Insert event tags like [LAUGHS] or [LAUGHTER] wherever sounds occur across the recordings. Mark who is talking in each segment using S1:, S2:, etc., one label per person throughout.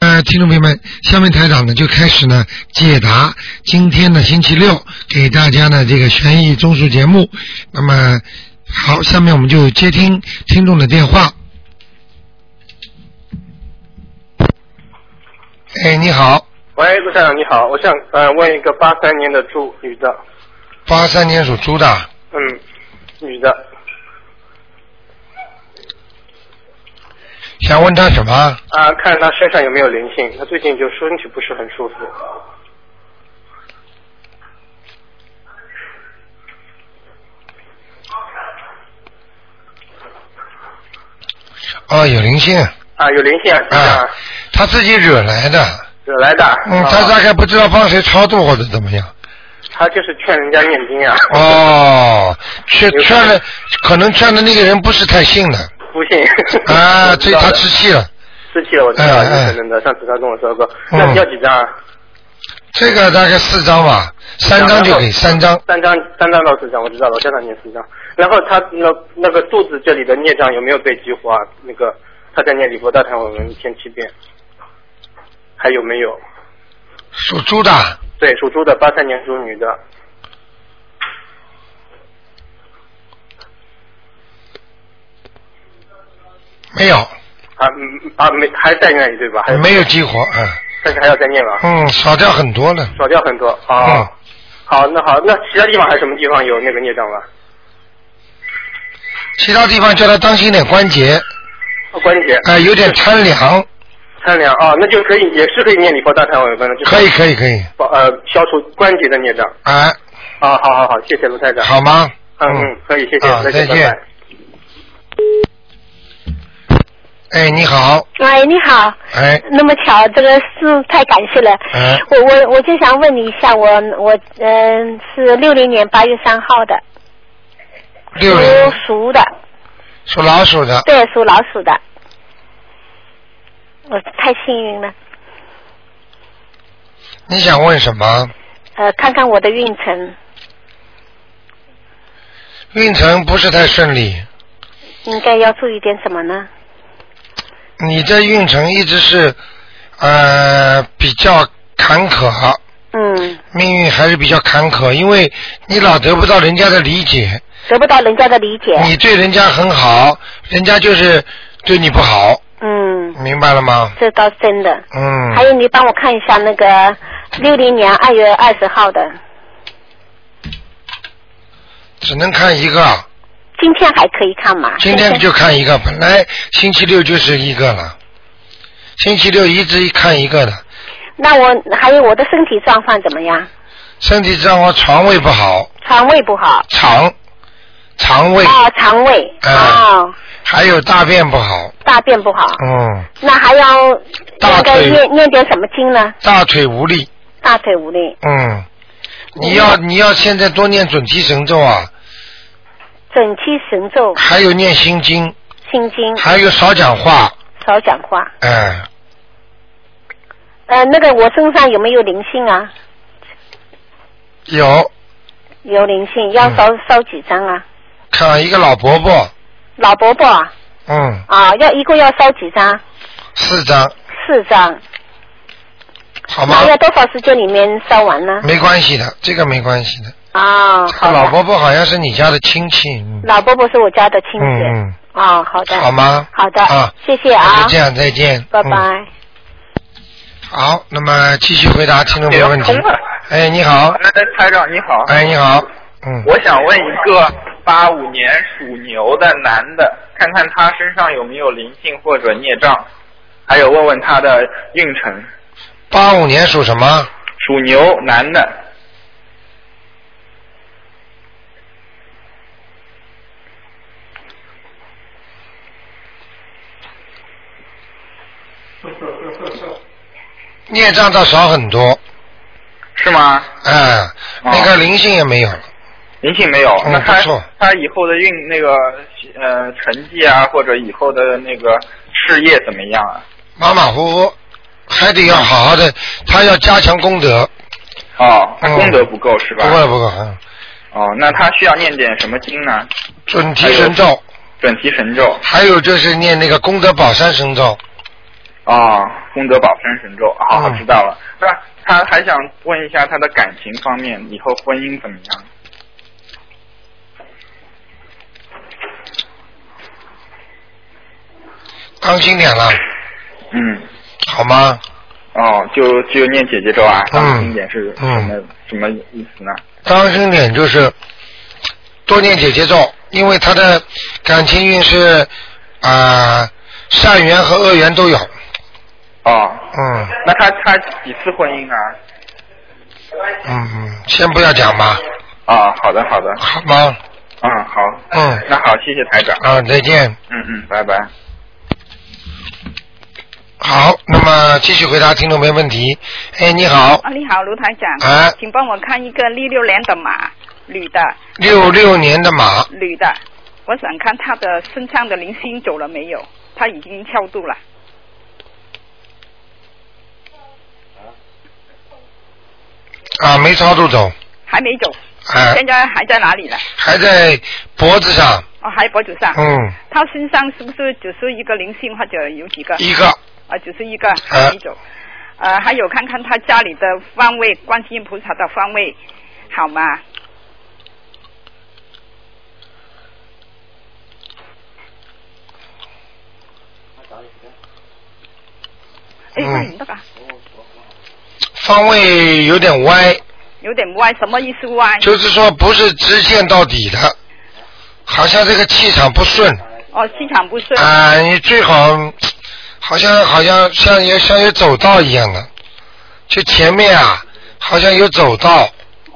S1: 呃听众朋友们，下面台长呢就开始呢解答今天的星期六给大家的这个悬疑综述节目。那么好，下面我们就接听听众的电话。哎，你好，
S2: 喂，陆站长你好，我想呃问一个八三年的猪女的，
S1: 八三年属猪的，
S2: 嗯，女的，
S1: 想问他什么？
S2: 啊，看她身上有没有灵性，她最近就身体不是很舒服，
S1: 哦，有灵性
S2: 啊，有灵性啊，身上
S1: 啊，他自己惹来的。
S2: 惹来的，
S1: 嗯，
S2: 啊
S1: 他大概不知道帮谁超度或者怎么样。
S2: 她就是劝人家念经啊，
S1: 哦，劝
S2: 有可能
S1: 劝了，可能劝的那个人不是太信了
S2: 不信 [LAUGHS]
S1: [LAUGHS] 啊，
S2: 我
S1: 所
S2: 知
S1: 以
S2: 道
S1: 他
S2: 的
S1: 吃气了。
S2: 失去了，我知道，
S1: 哎
S2: 有
S1: 哎
S2: 可能的，上次她跟我说过，
S1: 嗯
S2: 那你要几张啊？
S1: 这个大概四张吧，啊三张就给三张。
S2: 嗯三张，三张到四张，我知道了，我现在念四张。然后他那那个肚子这里的孽障有没有被激活啊？那个他在念礼佛大忏悔文一天七遍，还有没有？
S1: 属猪的，
S2: 对，属猪的八三年属女的，
S1: 没有，
S2: 啊嗯啊哎没还在那里对吧？还有，
S1: 没有激活，嗯
S2: 但是还要再念吧，
S1: 嗯，少掉很多了。
S2: 少掉很多啊。
S1: 嗯，
S2: 好，那好，那其他地方还有什么地方有那个孽障吗？
S1: 其他地方叫他当心点关节，
S2: 哦关节，
S1: 哎，有点贪凉，
S2: 参凉啊，那就可以，也是可以念礼佛大忏悔文的，就是
S1: 可以可以可以，
S2: 保呃消除关节的孽障。
S1: 哎，
S2: 啊，好好好，谢谢卢台长。
S1: 好吗？
S2: 嗯嗯，可以，谢谢，
S1: 啊
S2: 再见，
S1: 再见
S2: 拜拜。
S1: 哎，你好，
S3: 喂，你好。
S1: 哎，
S3: 那么巧，这个是太感谢了。
S1: 哎
S3: 我我我就想问你一下，我我嗯、是六零年八月三号的，
S1: 六零
S3: 属鼠的，
S1: 属老鼠的，
S3: 对，属老鼠的。我太幸运了，
S1: 你想问什么？
S3: 呃，看看我的运程，
S1: 运程不是太顺利，
S3: 应该要注意点什么呢？
S1: 你这运程一直是呃比较坎坷，
S3: 嗯，
S1: 命运还是比较坎坷，因为你老得不到人家的理解，
S3: 得不到人家的理解。
S1: 你对人家很好，人家就是对你不好，
S3: 嗯，
S1: 明白了吗？
S3: 这倒是真的。
S1: 嗯，
S3: 还有，你帮我看一下那个六零年二月二十号的，
S1: 只能看一个，
S3: 今天还可以看吗？
S1: 今天就看一个，本来星期六就是一个了，星期六一直看一个的，
S3: 那我还有我的身体状况怎么样？
S1: 身体状况肠胃不好，
S3: 肠胃不好。
S1: 肠肠胃
S3: 啊、肠胃。
S1: 哎
S3: 哦，
S1: 还有大便不好，
S3: 大便不好。
S1: 嗯，
S3: 那还要
S1: 大
S3: 应该
S1: 腿
S3: 念念点什么经呢？
S1: 大腿无力。
S3: 大腿无力，
S1: 嗯，你要
S3: 嗯
S1: 你要现在多念准提神咒啊，
S3: 准七神咒、
S1: 还有念心经，
S3: 心经，
S1: 还有少讲话，
S3: 少讲话。
S1: 哎、
S3: 呃，那个我身上有没有灵性啊？
S1: 有
S3: 有灵性，要
S1: 嗯
S3: 烧、烧几张啊？
S1: 看一个老伯伯，
S3: 老伯伯啊，
S1: 嗯，
S3: 啊要一共要烧几张？
S1: 四张，
S3: 四张。
S1: 好吗
S3: 那？要多少时间里面烧完呢？
S1: 没关系的，这个没关系的。
S3: 啊、
S1: 这个
S3: 好的
S1: 老伯伯好像是你家的亲戚，嗯
S3: 老伯伯是我家的亲戚。
S1: 嗯
S3: 哦，好的。
S1: 嗯，好吗？
S3: 好的，
S1: 啊
S3: 谢谢
S1: 那
S3: 啊
S1: 就，这样，再见，
S3: 拜
S1: 嗯
S3: 拜。
S1: 好，那么继续回答听众朋友问题
S4: 哎呀通了。
S1: 哎，你好，
S4: 哎，台长你好，
S1: 哎，你好，嗯，
S4: 我想问一个八五年属牛的男的，看看他身上有没有灵性或者孽障，还有问问他的运程。
S1: 八五年属什么？
S4: 属牛男的，
S1: 孽障倒少很多，
S4: 是吗？
S1: 哎、那个
S4: 哦
S1: 灵性也没有了。
S4: 灵性没有，
S1: 嗯
S4: 那他
S1: 不错
S4: 他以后的运那个呃成绩啊，或者以后的那个事业怎么样啊？
S1: 马马虎虎，还得要好好的，他要加强功德，
S4: 哦，他
S1: 嗯
S4: 功德不够、是
S1: 不
S4: 吧？
S1: 会不会，嗯，
S4: 哦，那他需要念点什么经呢？
S1: 准提神咒，
S4: 准提神咒。
S1: 还有就是念那个功德宝山神咒，
S4: 哦，功德宝山神咒，好、
S1: 哦
S4: 知道了。那他还想问一下他的感情方面，以后婚姻怎么样？
S1: 当心点了，
S4: 嗯，
S1: 好吗？
S4: 哦，就就念姐姐咒啊，
S1: 嗯
S4: 当心点是什么、
S1: 嗯
S4: 什么意思呢？
S1: 当心点就是多念姐姐咒，因为他的感情运是啊、善缘和恶缘都有。
S4: 哦，
S1: 嗯
S4: 那他他几次婚姻啊？
S1: 嗯，嗯，先不要讲吧，
S4: 啊、好的好的，
S1: 好吗？
S4: 嗯好，
S1: 嗯
S4: 那好，谢谢台长，
S1: 啊，再见。
S4: 嗯嗯，拜拜。
S1: 好，那么继续回答听众没问题。哎，你好，
S5: 啊，你好，卢台长，
S1: 哎
S5: 请帮我看一个六六年的马，女的，
S1: 六六年的马，
S5: 女的，我想看她的身上的零星走了没有，她已经超度了。
S1: 啊，没超度走，
S5: 还没走，
S1: 哎、
S5: 现在还在哪里呢？
S1: 还在脖子上，
S5: 哦，还脖子上。
S1: 嗯，
S5: 她身上是不是只是一个灵性，或者有几个？
S1: 一个，
S5: 啊，只是一个还没走。呃，还有看看她家里的方位，观世音菩萨的方位，好吗？哎，
S1: 嗯
S5: 看你那个
S1: 方位有点歪，
S5: 有点歪，什么意思歪？
S1: 就是说不是直线到底的，好像这个气场不顺
S5: 哦，气场不顺。
S1: 啊、你最好好像好像像有像有走道一样的，就前面啊好像有走道，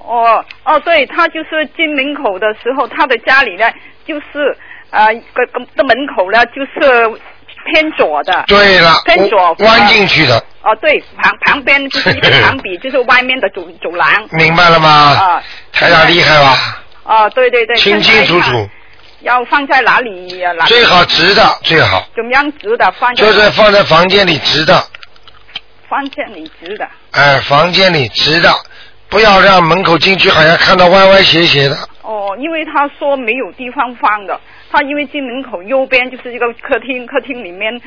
S5: 哦哦，对，他就是进门口的时候，他的家里呢，就是呃，个个的门口呢，就是偏左的。
S1: 对了
S5: 偏左，
S1: 弯进去的，
S5: 哦，对，旁旁边就是一个墙壁，就是外面的走走廊。
S1: 明白了吗？
S5: 啊
S1: 台长厉害吧？
S5: 哦，对对对。
S1: 清清楚楚。，
S5: 要放在哪里呀？哪里
S1: 最好直的最好，
S5: 怎么样直的放在？
S1: 就是放在房间里直的，
S5: 放在你直的。
S1: 哎、房间里直的，不要让门口进去好像看到歪歪斜斜的，
S5: 哦，因为他说没有地方放的，他因为进门口右边就是一个客厅，客厅里面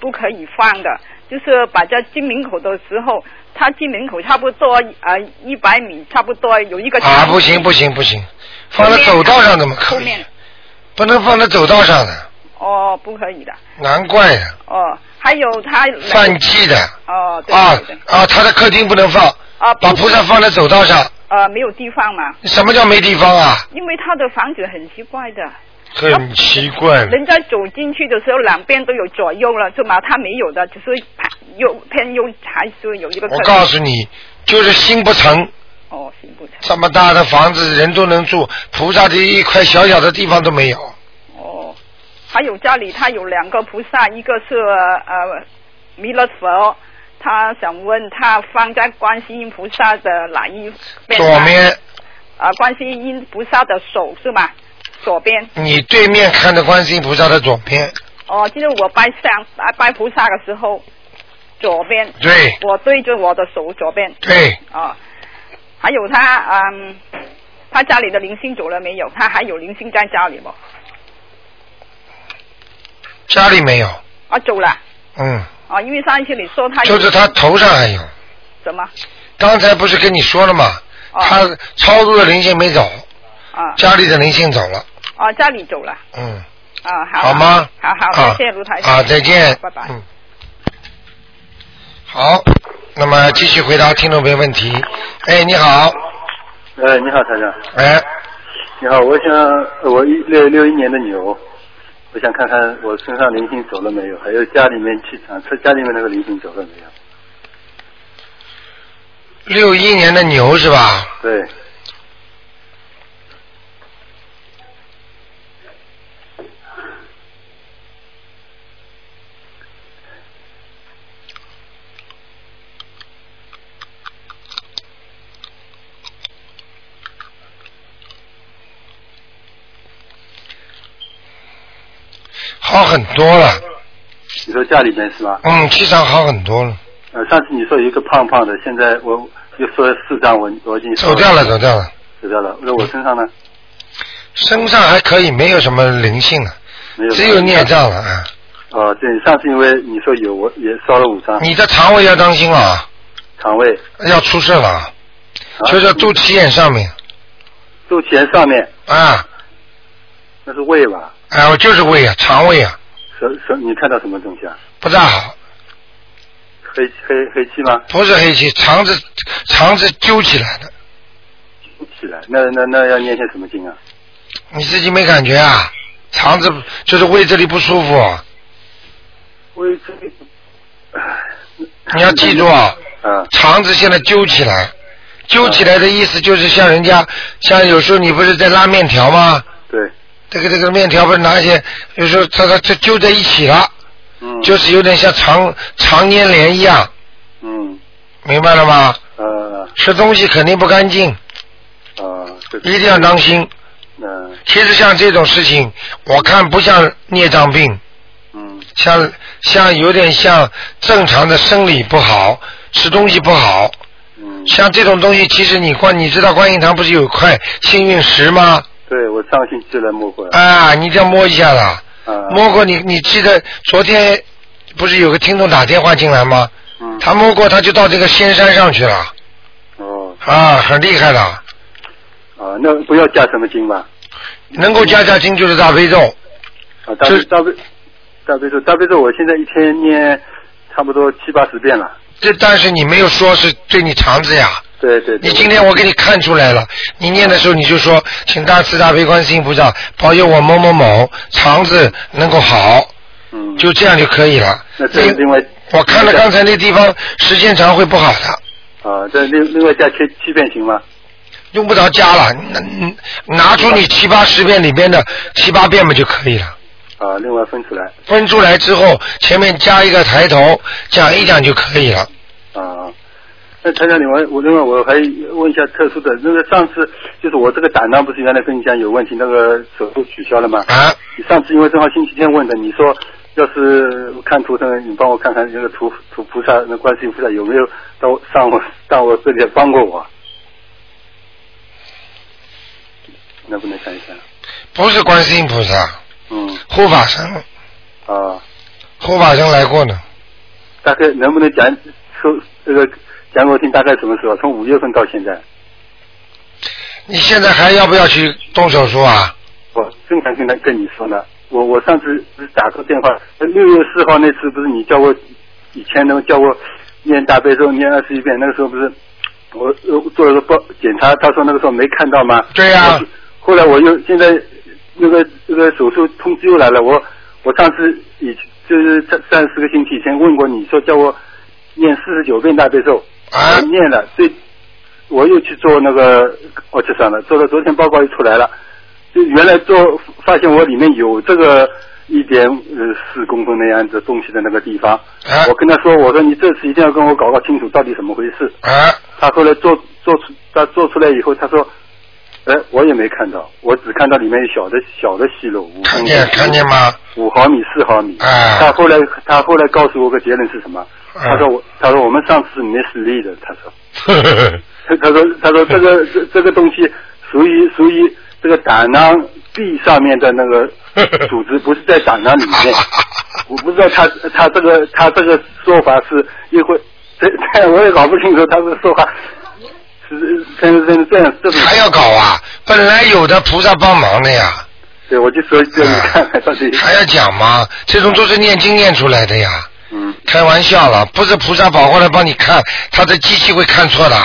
S5: 不可以放的，就是摆在进门口的时候，他进门口差不多呃一百米，差不多有一个
S1: 啊，不行不行不行，放在走道上怎么
S5: 后
S1: 可以
S5: 面？
S1: 不能放在走道上的，
S5: 哦，不可以的
S1: 难怪呀、
S5: 哦，还有他
S1: 犯忌的
S5: 哦对
S1: 啊
S5: 对对，
S1: 啊！他的客厅不能放，
S5: 啊
S1: 把菩萨放在走道上，
S5: 呃没有地方嘛，
S1: 什么叫没地方啊？
S5: 因为他的房子很奇怪的，
S1: 很奇怪，
S5: 人家走进去的时候两边都有左右了，是吗？他没有的，只是右偏右还是有一个客
S1: 我
S5: 厅。
S1: 告诉你，就是心不诚。
S5: 哦，行不成。
S1: 这么大的房子人都能住，菩萨的一块小小的地方都没有。
S5: 哦，还有家里他有两个菩萨，一个是呃弥勒佛，他想问他放在观世音菩萨的哪一边？
S1: 左。面，
S5: 啊、观世音菩萨的手是吗？左边。
S1: 你对面看着观世音菩萨的左边，
S5: 哦，就是我拜上拜拜菩萨的时候，左边。
S1: 对
S5: 我对着我的手左边。
S1: 对，
S5: 哦，还有他嗯，他家里的灵性走了没有？他还有灵性在家里不？
S1: 家里没有，
S5: 啊，走了。
S1: 嗯，
S5: 啊，因为上一次你说他有
S1: 就是他头上还有。
S5: 什么？
S1: 刚才不是跟你说了吗？
S5: 哦
S1: 他超度的灵性没走，
S5: 啊
S1: 家里的灵性走了，
S5: 啊，家里走了
S1: 嗯，
S5: 啊，好
S1: 好吗？
S5: 好好，
S1: 啊
S5: 谢谢卢台长
S1: 啊，再见，
S5: 拜拜。
S1: 嗯。好，那么继续回答听众朋友问题。哎，你好，
S6: 哎，你好，台长，
S1: 哎，
S6: 你好，我想呃我一六六一年的牛，我想看看我身上灵性走了没有，还有家里面气场，车家里面那个灵性走了没有？
S1: 六一年的牛是吧？
S6: 对，
S1: 好很多了，
S6: 你说家里面是吧？
S1: 嗯，气场好很多了，
S6: 呃，上次你说有一个胖胖的，现在我又说四张，我我已经说
S1: 走掉了，走掉了，
S6: 走掉了。那我身上呢？
S1: 身上还可以，没有什么灵性了，
S6: 没有。
S1: 只有孽。障了啊。
S6: 哦，对，上次因为你说有，我也烧了五张
S1: 你的肠胃要当心了，
S6: 肠胃，
S1: 要出事了，
S6: 啊
S1: 就在肚脐眼上面
S6: 肚脐眼上面，
S1: 啊，
S6: 那是胃吧？
S1: 哎，我就是胃啊，肠胃啊，
S6: 什什？你看到什么东西啊？
S1: 不大好，
S6: 黑黑黑气吗？
S1: 不是黑气，肠子肠子揪起来的，
S6: 起来，那那那要念些什么经啊？
S1: 你自己没感觉啊？肠子就是胃这里不舒服，
S6: 胃这个，唉
S1: 你要记住啊，
S6: 啊
S1: 肠子现在揪起来，揪起来的意思就是像人家，像有时候你不是在拉面条吗？
S6: 嗯对，
S1: 这个这个面条不是拿一些，有时候它它它揪在一起了，
S6: 嗯，
S1: 就是有点像肠肠粘连一样，
S6: 嗯
S1: 明白了吗？
S6: 呃
S1: 吃东西肯定不干净，
S6: 啊，这个
S1: 一定要当心。
S6: 嗯
S1: 其实像这种事情，我看不像孽障病，
S6: 嗯
S1: 像像有点像正常的生理不好，吃东西不好，
S6: 嗯，
S1: 像这种东西，其实你观，你知道观音堂不是有块幸运石吗？
S6: 对我上星期就来摸过了，
S1: 啊，你这样摸一下啦，
S6: 啊
S1: 摸过你，你记得昨天不是有个听众打电话进来吗？
S6: 嗯
S1: 他摸过，他就到这个仙山上去了，
S6: 哦
S1: 啊，很厉害的，
S6: 啊，那不要加什么经吧？
S1: 能够加加经就是大悲咒，
S6: 啊，大
S1: 这
S6: 悲大悲大悲咒大悲咒，我现在一天念差不多七八十遍了。
S1: 这但是你没有说是对你肠子呀。
S6: 对对，对
S1: 你今天我给你看出来了，你念的时候你就说，请大慈大悲观世音菩萨保佑我某某某肠子能够好，
S6: 嗯
S1: 就这样就可以了。
S6: 那这个另外
S1: 我看了刚才那地方时间长会不好的，
S6: 啊，这另另外加七七遍行吗？
S1: 用不着加了，拿拿出你七八十遍里边的七八遍嘛就可以了。
S6: 啊，另外分出来
S1: 分出来之后，前面加一个抬头，讲一讲就可以了。
S6: 啊。那台长，另外我另外我还问一下特殊的，那个上次就是我这个胆囊不是原来跟你讲有问题，那个手术取消了吗？
S1: 啊，
S6: 你上次因为正好星期天问的，你说要是看图腾，你帮我看看那个图图菩萨，那观世音菩萨有没有到我上我到我这里来帮过我？能不能看一下？
S1: 不是观世音菩萨，
S6: 嗯
S1: 护法神，
S6: 啊，
S1: 护法神来过呢。
S6: 大概能不能讲说这个讲给我听？大概什么时候？从五月份到现在，
S1: 你现在还要不要去动手术啊？
S6: 我正想跟他跟你说呢。我我上次不是打过电话，呃六月四号那次不是你叫我以前能叫我念大悲咒念二十一遍，那个时候不是我呃做了个报检查，他说那个时候没看到吗？
S1: 对呀
S6: 我后来我又现在那个那个手术通知又来了，我我上次以就是三三四个星期以前问过你说叫我念四十九遍大悲咒，
S1: 啊
S6: 我念了，最我又去做那个我去哦算了，做了昨天报告又出来了，就原来做发现我里面有这个一点呃四公分那样子东西的那个地方，
S1: 啊
S6: 我跟他说我说你这次一定要跟我搞搞清楚到底怎么回事。
S1: 啊，
S6: 他后来做做出他做出来以后，他说，哎，我也没看到，我只看到里面有小的小的息肉，五
S1: 看见看见吗？
S6: 五毫米、四毫米。
S1: 啊
S6: 他后来他后来告诉我个结论是什么？
S1: 啊
S6: 他说我他说我们上次是没实力的，他说。
S1: 呵呵呵，
S6: 他说他说这个这这个东西属于属于这个胆囊壁上面的那
S1: [LAUGHS]
S6: 个组织，不是在胆囊里面。我不知道他他这个他这个说法是一会，这这 [LAUGHS] 我也搞不清楚他的说法是真真这样这种。
S1: 还要搞啊？ [LAUGHS] 本来有的菩萨帮忙的呀，
S6: 对，我就说叫你看看到底。
S1: [LAUGHS] 还要讲吗？这种都是念经念出来的呀。
S6: 嗯，
S1: 开玩笑了，不是菩萨跑过来帮你看，他的机器会看错的。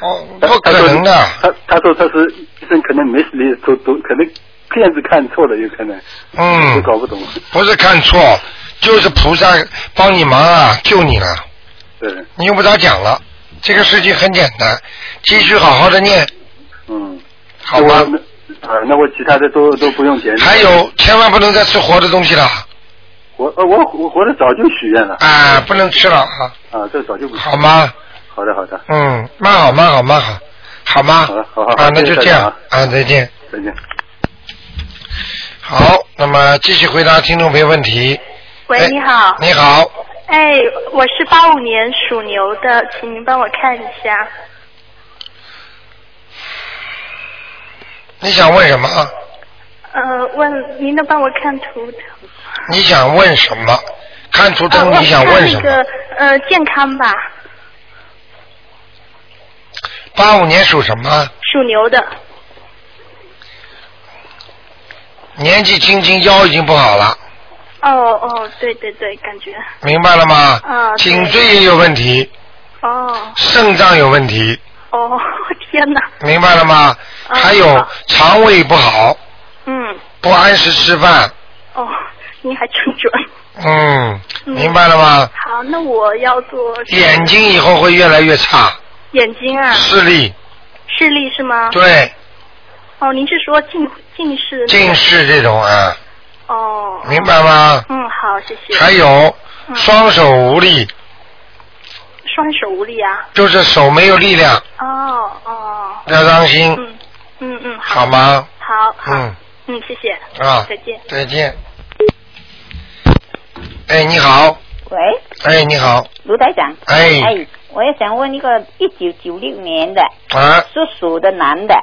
S1: 哦，
S6: 他
S1: 不可能的。
S6: 他说他他说他是医生，可能没实力，都都可能片子看错了，有可能。
S1: 嗯
S6: 我搞不懂。
S1: 不是看错，就是菩萨帮你忙啊，救你了，
S6: 对，
S1: 你用不着讲了。这个事情很简单，继续好好的念，
S6: 嗯。
S1: 好吗？
S6: 那我啊，那我其他的都都不用钱。
S1: 还有，千万不能再吃活的东西了，
S6: 我呃我我活得早就许愿了
S1: 啊，不能吃了啊，
S6: 啊，这早就不许
S1: 好？吗？
S6: 好的好的，
S1: 嗯，慢好，慢好，慢好，好吗？
S6: 好的好好好
S1: 啊，那就
S6: 谢谢
S1: 这样
S6: 大
S1: 啊，再见。
S6: 再见。
S1: 好，那么继续回答听众朋友问题。哎
S7: 喂，你好。
S1: 你好，
S7: 哎，我是八五年属牛的，请您帮我看一下。
S1: 你想问什么？
S7: 呃，问您能帮我看图腾？
S1: 你想问什么？看图
S7: 呃
S1: 腾
S7: 我
S1: 你想问什么？
S7: 看那个呃健康吧，
S1: 八五年属什么？
S7: 属牛的，
S1: 年纪轻轻腰已经不好了，
S7: 哦哦，对对对，感觉，
S1: 明白了吗？
S7: 啊对
S1: 颈椎也有问题，
S7: 哦
S1: 肾脏有问题，
S7: 哦， [LAUGHS] 天哪，
S1: 明白了吗？
S7: 啊
S1: 还有肠胃不好，
S7: 嗯，
S1: 不按时吃饭，
S7: 哦，您还真准。
S1: 嗯，
S7: 嗯
S1: 明白了吗？
S7: 好，那我要做什么
S1: 眼睛以后会越来越差，
S7: 眼睛啊，
S1: 视力，
S7: 视力是吗？
S1: 对，
S7: 哦，您是说近近视？
S1: 近。视这种啊，
S7: 哦。
S1: 明。白吗？
S7: 嗯，好，谢谢。
S1: 还有
S7: 嗯
S1: 双手无力，
S7: 双手无力啊。
S1: 就是手没有力量，
S7: 哦哦。
S1: 要当心，
S7: 嗯嗯嗯，
S1: 好？吗？
S7: 好好。
S1: 嗯
S7: 嗯，谢谢。
S1: 啊，
S7: 再见。
S1: 再见。哎，你好，
S8: 喂，
S1: 哎，你好，
S8: 卢台长。
S1: 哎
S8: 哎，我也想问一个一九九六年的
S1: 啊，
S8: 属鼠的男的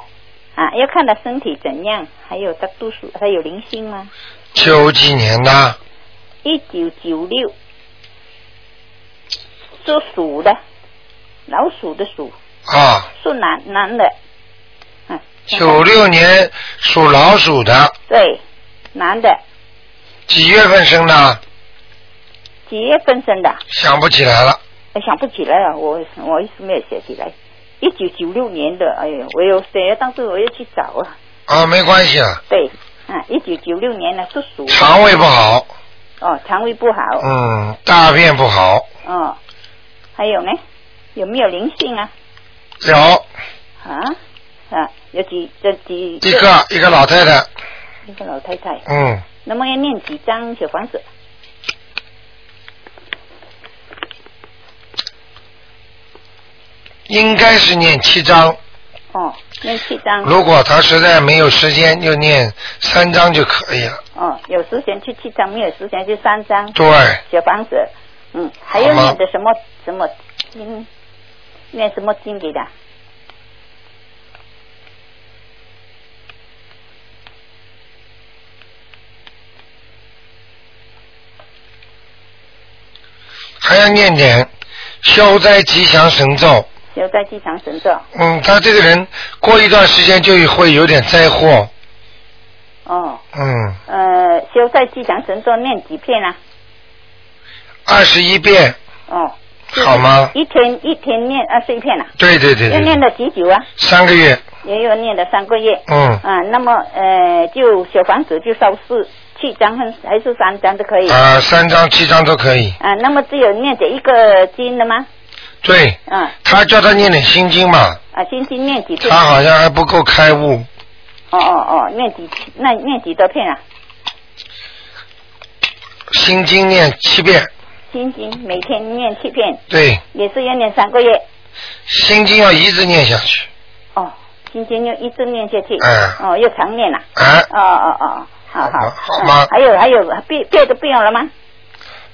S8: 啊，要看他身体怎样，还有他度数，他有灵性吗？
S1: 九几年的，
S8: 一九九六，属鼠的，老鼠的鼠，
S1: 啊，
S8: 是男男的，嗯、
S1: 九六年属老鼠的，
S8: 对，男的，
S1: 几月份生的？
S8: 几月份生的？
S1: 想不起来了，
S8: 我想不起来了，我我一时没有写起来。一九九六年的，哎呦，我有写，但是我要去找啊。
S1: 啊，没关系了，
S8: 对，啊，一九九六年呢是鼠的，
S1: 肠胃不好，
S8: 哦，肠胃不好，
S1: 嗯，大便不好，
S8: 哦，还有呢，有没有灵性啊？
S1: 有
S8: 啊啊，有几这几
S1: 一个一个老太太，
S8: 一个老太太，
S1: 嗯，
S8: 那么要念几张小房子？
S1: 应该是念七章，
S8: 哦，念七张，
S1: 如果她实在没有时间，就念三章就可以了。
S8: 哦，有时间去七张，没有时间就三张
S1: 对，
S8: 小房子，嗯，还要
S1: 好吗
S8: 念的什么什么经？念什么经给的？
S1: 还要念点消灾吉祥神咒。
S8: 就在机场神咒，
S1: 嗯，他这个人过一段时间就会有点灾祸。
S8: 哦，
S1: 嗯，
S8: 呃，就在机场神咒念几片啊？
S1: 二十一遍，
S8: 哦，
S1: 好吗？
S8: 一天一天念二十一片啊，
S1: 对对对
S8: 要
S1: 对
S8: 念
S1: 对，
S8: 了几久啊？
S1: 三个月。
S8: 也有念了三个月。
S1: 嗯，
S8: 啊，那么呃，就小房子就烧四七张还还是三张都可以。
S1: 啊，三张七张都可以。
S8: 啊，那么只有念这一个经的吗？
S1: 对，
S8: 啊
S1: 他叫他念点心经嘛，
S8: 啊，星期念几片？
S1: 他好像还不够开悟。
S8: 哦哦哦，念几那念几多片啊？
S1: 心经念七遍，
S8: 心经每天念七片，
S1: 对，
S8: 也是要念三个月。
S1: 心经要一直念下去。
S8: 哦，心经要一直念下去。
S1: 嗯
S8: 哦，要常念啊。
S1: 啊，
S8: 哦哦哦，好好。
S1: 好好吗
S8: 嗯还有还有，别别的不用了吗？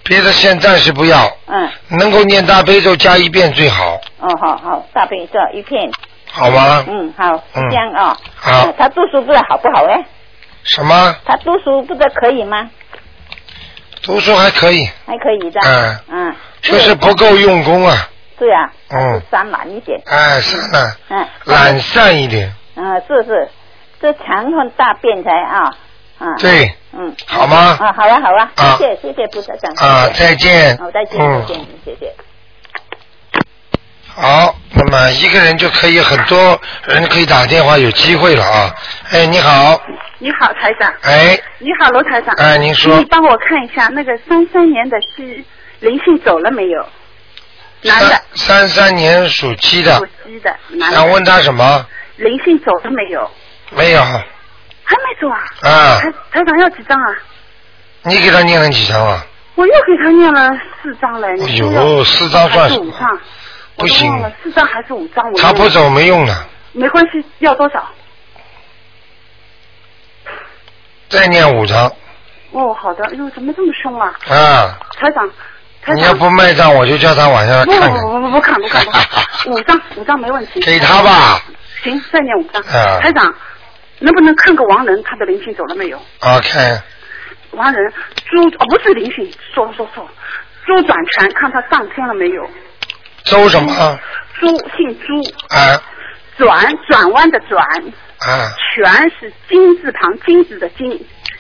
S1: 别的先暂时不要，
S8: 嗯，
S1: 能够念大悲咒加一遍最好，
S8: 哦好好，大悲咒一片。
S1: 好吗？
S8: 嗯，好，是
S1: 嗯
S8: 这样哦。
S1: 好
S8: 嗯他读书不知道好不好哎？
S1: 什么？
S8: 他读书不知道可以吗？
S1: 读书还可以，
S8: 还可以的。
S1: 嗯
S8: 嗯。
S1: 就是不够用功啊。
S8: 对啊，
S1: 嗯，
S8: 散懒一点。
S1: 哎，是呢，
S8: 嗯。
S1: 懒散一点，
S8: 嗯，是是，这长恨大便才啊。啊。。
S1: 对，
S8: 嗯。
S1: 好吗
S8: 啊，好啊，好
S1: 啊
S8: 啊，谢谢谢谢菩萨长。
S1: 啊，
S8: 谢谢
S1: 再见，
S8: 好，再见，再
S1: 嗯，
S8: 见，谢谢。
S1: 好，那么一个人就可以，很多人可以打电话，有机会了啊。哎，你好，
S9: 你好，台长。
S1: 哎，
S9: 你好，罗台长。
S1: 哎，您
S9: 请
S1: 说
S9: 你，帮我看一下那个三三年的鸡灵性走了没有？男的
S1: 三，三三年属鸡的
S9: 属，鸡的，男
S1: 想
S9: 的。
S1: 问他什么？
S9: 灵性走了没有？
S1: 没有
S9: 还没走啊？
S1: 啊
S9: 台，台长要几张啊？
S1: 你给他念了几张啊？
S9: 我又给他念了四张了。
S1: 哎
S9: 你说
S1: 呦，四张算
S9: 还
S1: 什
S9: 是五
S1: 么？
S9: 张？
S1: 不行
S9: 我都忘了四张还是五张？我
S1: 他不
S9: 忘了
S1: 走没用的，
S9: 没关系，要多少？
S1: 再念五张
S9: 哦，好的。哎呦，怎么这么凶啊？
S1: 啊！
S9: 台长，台
S1: 你要
S9: 长。
S1: 不卖账，我就叫他晚上
S9: 不
S1: 呃看
S9: 不
S1: 看。
S9: 不不不哦看
S1: [LAUGHS]
S9: 不看不看，五张五张没问题。
S1: 给他吧。
S9: 行，再念五张。
S1: 啊
S9: 台长，能不能看个亡人他的灵性走了没有？
S1: ，OK，
S9: 亡人周哦不是灵性，说了说错了，周转权看他上天了没有？
S1: 周什
S9: 嗯
S1: 么？
S9: 朱姓朱，
S1: 啊
S9: 转转弯的转，
S1: 啊
S9: 权是金字旁金子的金，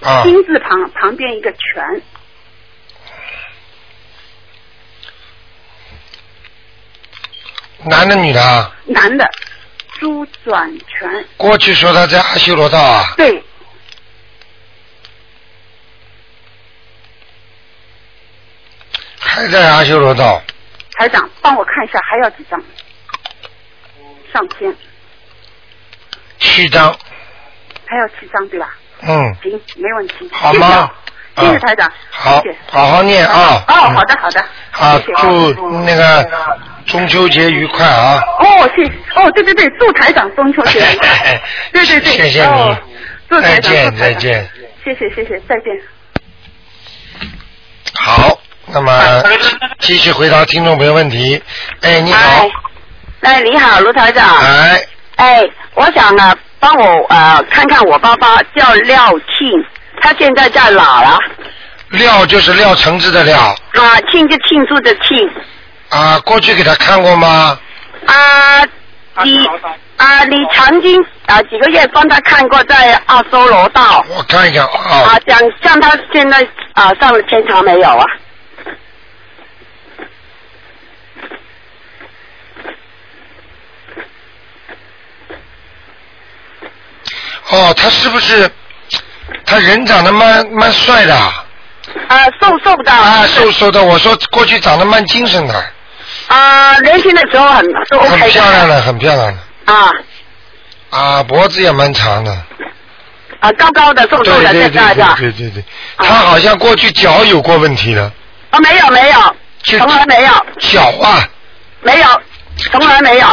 S1: 啊！
S9: 金字旁旁边一个权，
S1: 男的女的啊？
S9: 男的，朱转权，
S1: 过去说他在阿修罗道啊，
S9: 对，
S1: 还在阿修罗道。
S9: 台长帮我看一下还要几张？上天
S1: 七张，
S9: 还要七张对吧？
S1: 嗯，
S9: 行，没问题。
S1: 好吗？
S9: 谢谢
S1: 啊
S9: 啊？谢谢台长，
S1: 好
S9: 谢谢，
S1: 好好念啊。
S9: 哦，
S1: 嗯
S9: 好的好的。
S1: 啊，
S9: 谢谢
S1: 祝那个中秋节愉快啊！
S9: 哦，谢哦，对对对，祝台长中秋
S1: [LAUGHS]
S9: 节愉快。对对对，
S1: 谢谢
S9: 哦
S1: 你，
S9: 祝
S1: 再
S9: 台长，
S1: 见
S9: 祝
S1: 再
S9: 台长，
S1: 见。
S9: 谢谢谢谢，再见。
S1: 好，那么继续回答听众朋友问题。哎，你好，
S10: 哎，你好，卢台长。
S1: 哎。
S10: 哎，我想呢，帮我呃看看我爸爸叫廖庆，他现在在哪啊了？
S1: 廖就是廖承志的廖
S10: 啊，庆就庆祝的庆
S1: 啊，过去给他看过吗？
S10: 啊，你啊，你曾经啊几个月帮他看过在阿修罗道
S1: 我看一看啊，
S10: 啊，想像他现在啊上了天堂没有啊？
S1: 哦，他是不是他人长得蛮蛮帅的啊？
S10: 啊，瘦瘦的
S1: 啊，瘦瘦的，我说过去长得蛮精神的，
S10: 啊，年轻的时候很是 OK 的。
S1: 很漂亮的，很漂亮的
S10: 啊
S1: 啊，脖子也蛮长的，
S10: 啊，高高的瘦
S1: 对
S10: 瘦的，
S1: 对
S10: 现在
S1: 对
S10: 是吧？
S1: 对对对，他好像过去脚有过问题的，
S10: 啊，没有没有，
S1: 就
S10: 从来没有
S1: 脚啊，
S10: 没有，从来没有。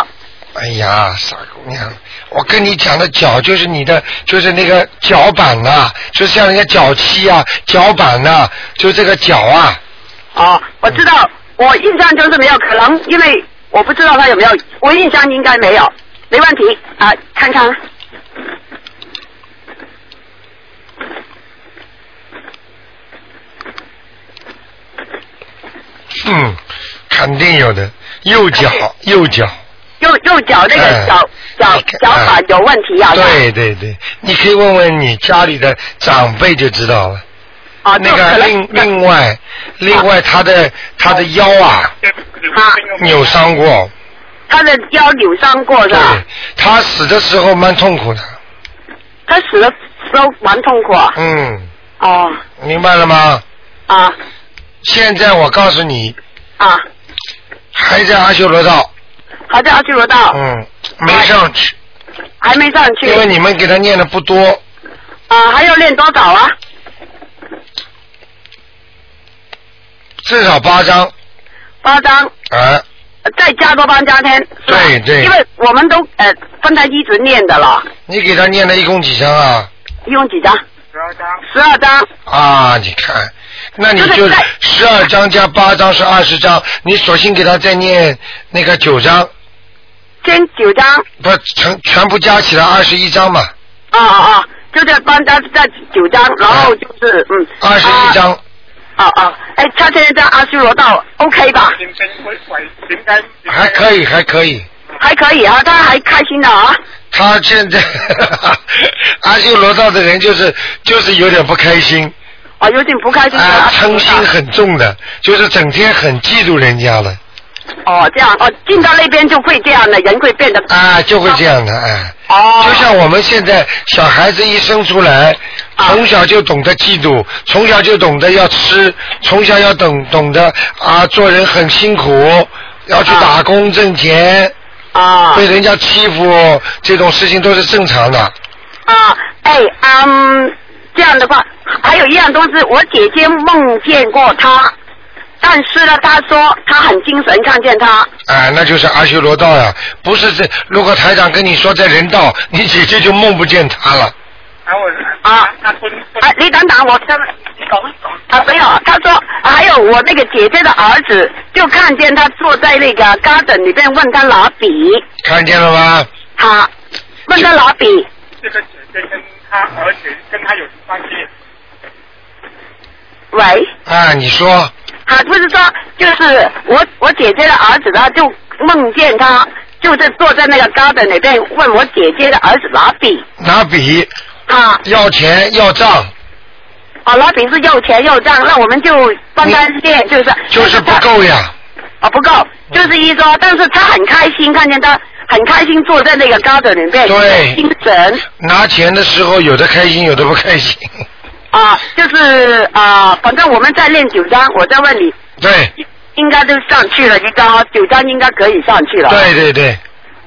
S1: 哎呀，傻姑娘，我跟你讲的脚就是你的，就是那个脚板呐、就像人家脚气啊、脚板呐、就这个脚啊。
S10: 哦，我知道，我印象中是没有，可能因为我不知道他有没有，我印象应该没有，没问题啊，看看。
S1: 嗯，肯定有的，右脚，
S10: 哎
S1: 右脚，
S10: 右右脚
S1: 哎
S10: 那个脚、脚脚法有问题啊？是吧
S1: 对对对，你可以问问你家里的长辈就知道了。
S10: 啊，
S1: 那个另另外，另外他的他的腰啊
S10: 啊，
S1: 扭伤过，
S10: 他的腰扭伤过是吧？
S1: 他死的时候蛮痛苦的。
S10: 他死的时候蛮痛苦啊。
S1: 嗯，
S10: 哦
S1: 明白了吗？
S10: 啊
S1: 现在我告诉你，
S10: 啊，
S1: 还在阿修罗道，
S10: 还在阿修罗道，啊
S1: 嗯，没上去，
S10: 还没上去。
S1: 因为你们给他念的不多，
S10: 啊，还要练多少啊？
S1: 至少八张，
S10: 八张，
S1: 啊，
S10: 呃再加多半加天。是吧
S1: 对对
S10: 因为我们都呃分他一直念的了，
S1: 你给他念了一共几张啊？
S10: 一共几张？十二张。十
S1: 啊，你看，那你
S10: 就
S1: 就是
S10: 在
S1: 十二张加八张是二十张，你索性给他再念那个九张，
S10: 二张，先九张，
S1: 不全全部加起来二十一张嘛，
S10: 啊啊啊，就在帮他在九张，然后就是嗯。
S1: 哎二十一张，
S10: 啊啊，哎，他现在在阿修罗道，OK 吧？
S1: 还可以，还可以。
S10: 还可以啊，他还开心的啊。
S1: 他现在 [LAUGHS] 阿修罗道的人就是就是有点不开心，
S10: 啊，有点不开心
S1: 啊，
S10: 啊。
S1: 嗔心很重的，就是整天很嫉妒人家的，
S10: 哦，这样哦，进到那边就会这样的，人会变得
S1: 啊，就会这样的，哎，
S10: 哦
S1: 就像我们现在小孩子一生出来，
S10: 啊
S1: 从小就懂得嫉妒，从小就懂得要吃，从小要懂懂得啊，做人很辛苦，要去打工挣钱，
S10: 啊
S1: 被人家欺负这种事情都是正常的，
S10: 啊，哎，嗯，这样的话，还有一样东西，我姐姐梦见过他，但是呢，她说她很精神，看见他。
S1: 啊，那就是阿修罗道呀、不是这。如果台长跟你说在人道，你姐姐就梦不见他了。
S10: 啊，啊，你等等，我这啊，没有，他说还有我那个姐姐的儿子，就看见他坐在那个 garden 里面，问他拿笔，
S1: 看见了吗？
S10: 他问他拿笔，
S11: 这个姐姐跟她儿子跟她有什么关系？
S10: 喂，
S1: 啊，你说
S10: 啊，就是说，就是我我姐姐的儿子呢，就梦见他就是坐在那个 garden 里边，问我姐姐的儿子拿笔，
S1: 拿笔
S10: 啊，
S1: 要钱要账，
S10: 啊，拿笔是要钱要账，那我们就帮他练，就是
S1: 就是不够呀。
S10: 啊不够，就是一说，但是他很开心，看见他很开心坐在那个 garden 里面，
S1: 对
S10: 精神
S1: 拿钱的时候有的开心，有的不开心。
S10: 啊，就是啊，反正我们在练九章，我再问你，
S1: 对
S10: 应该都上去了，应该哦九章应该可以上去了。
S1: 对对对，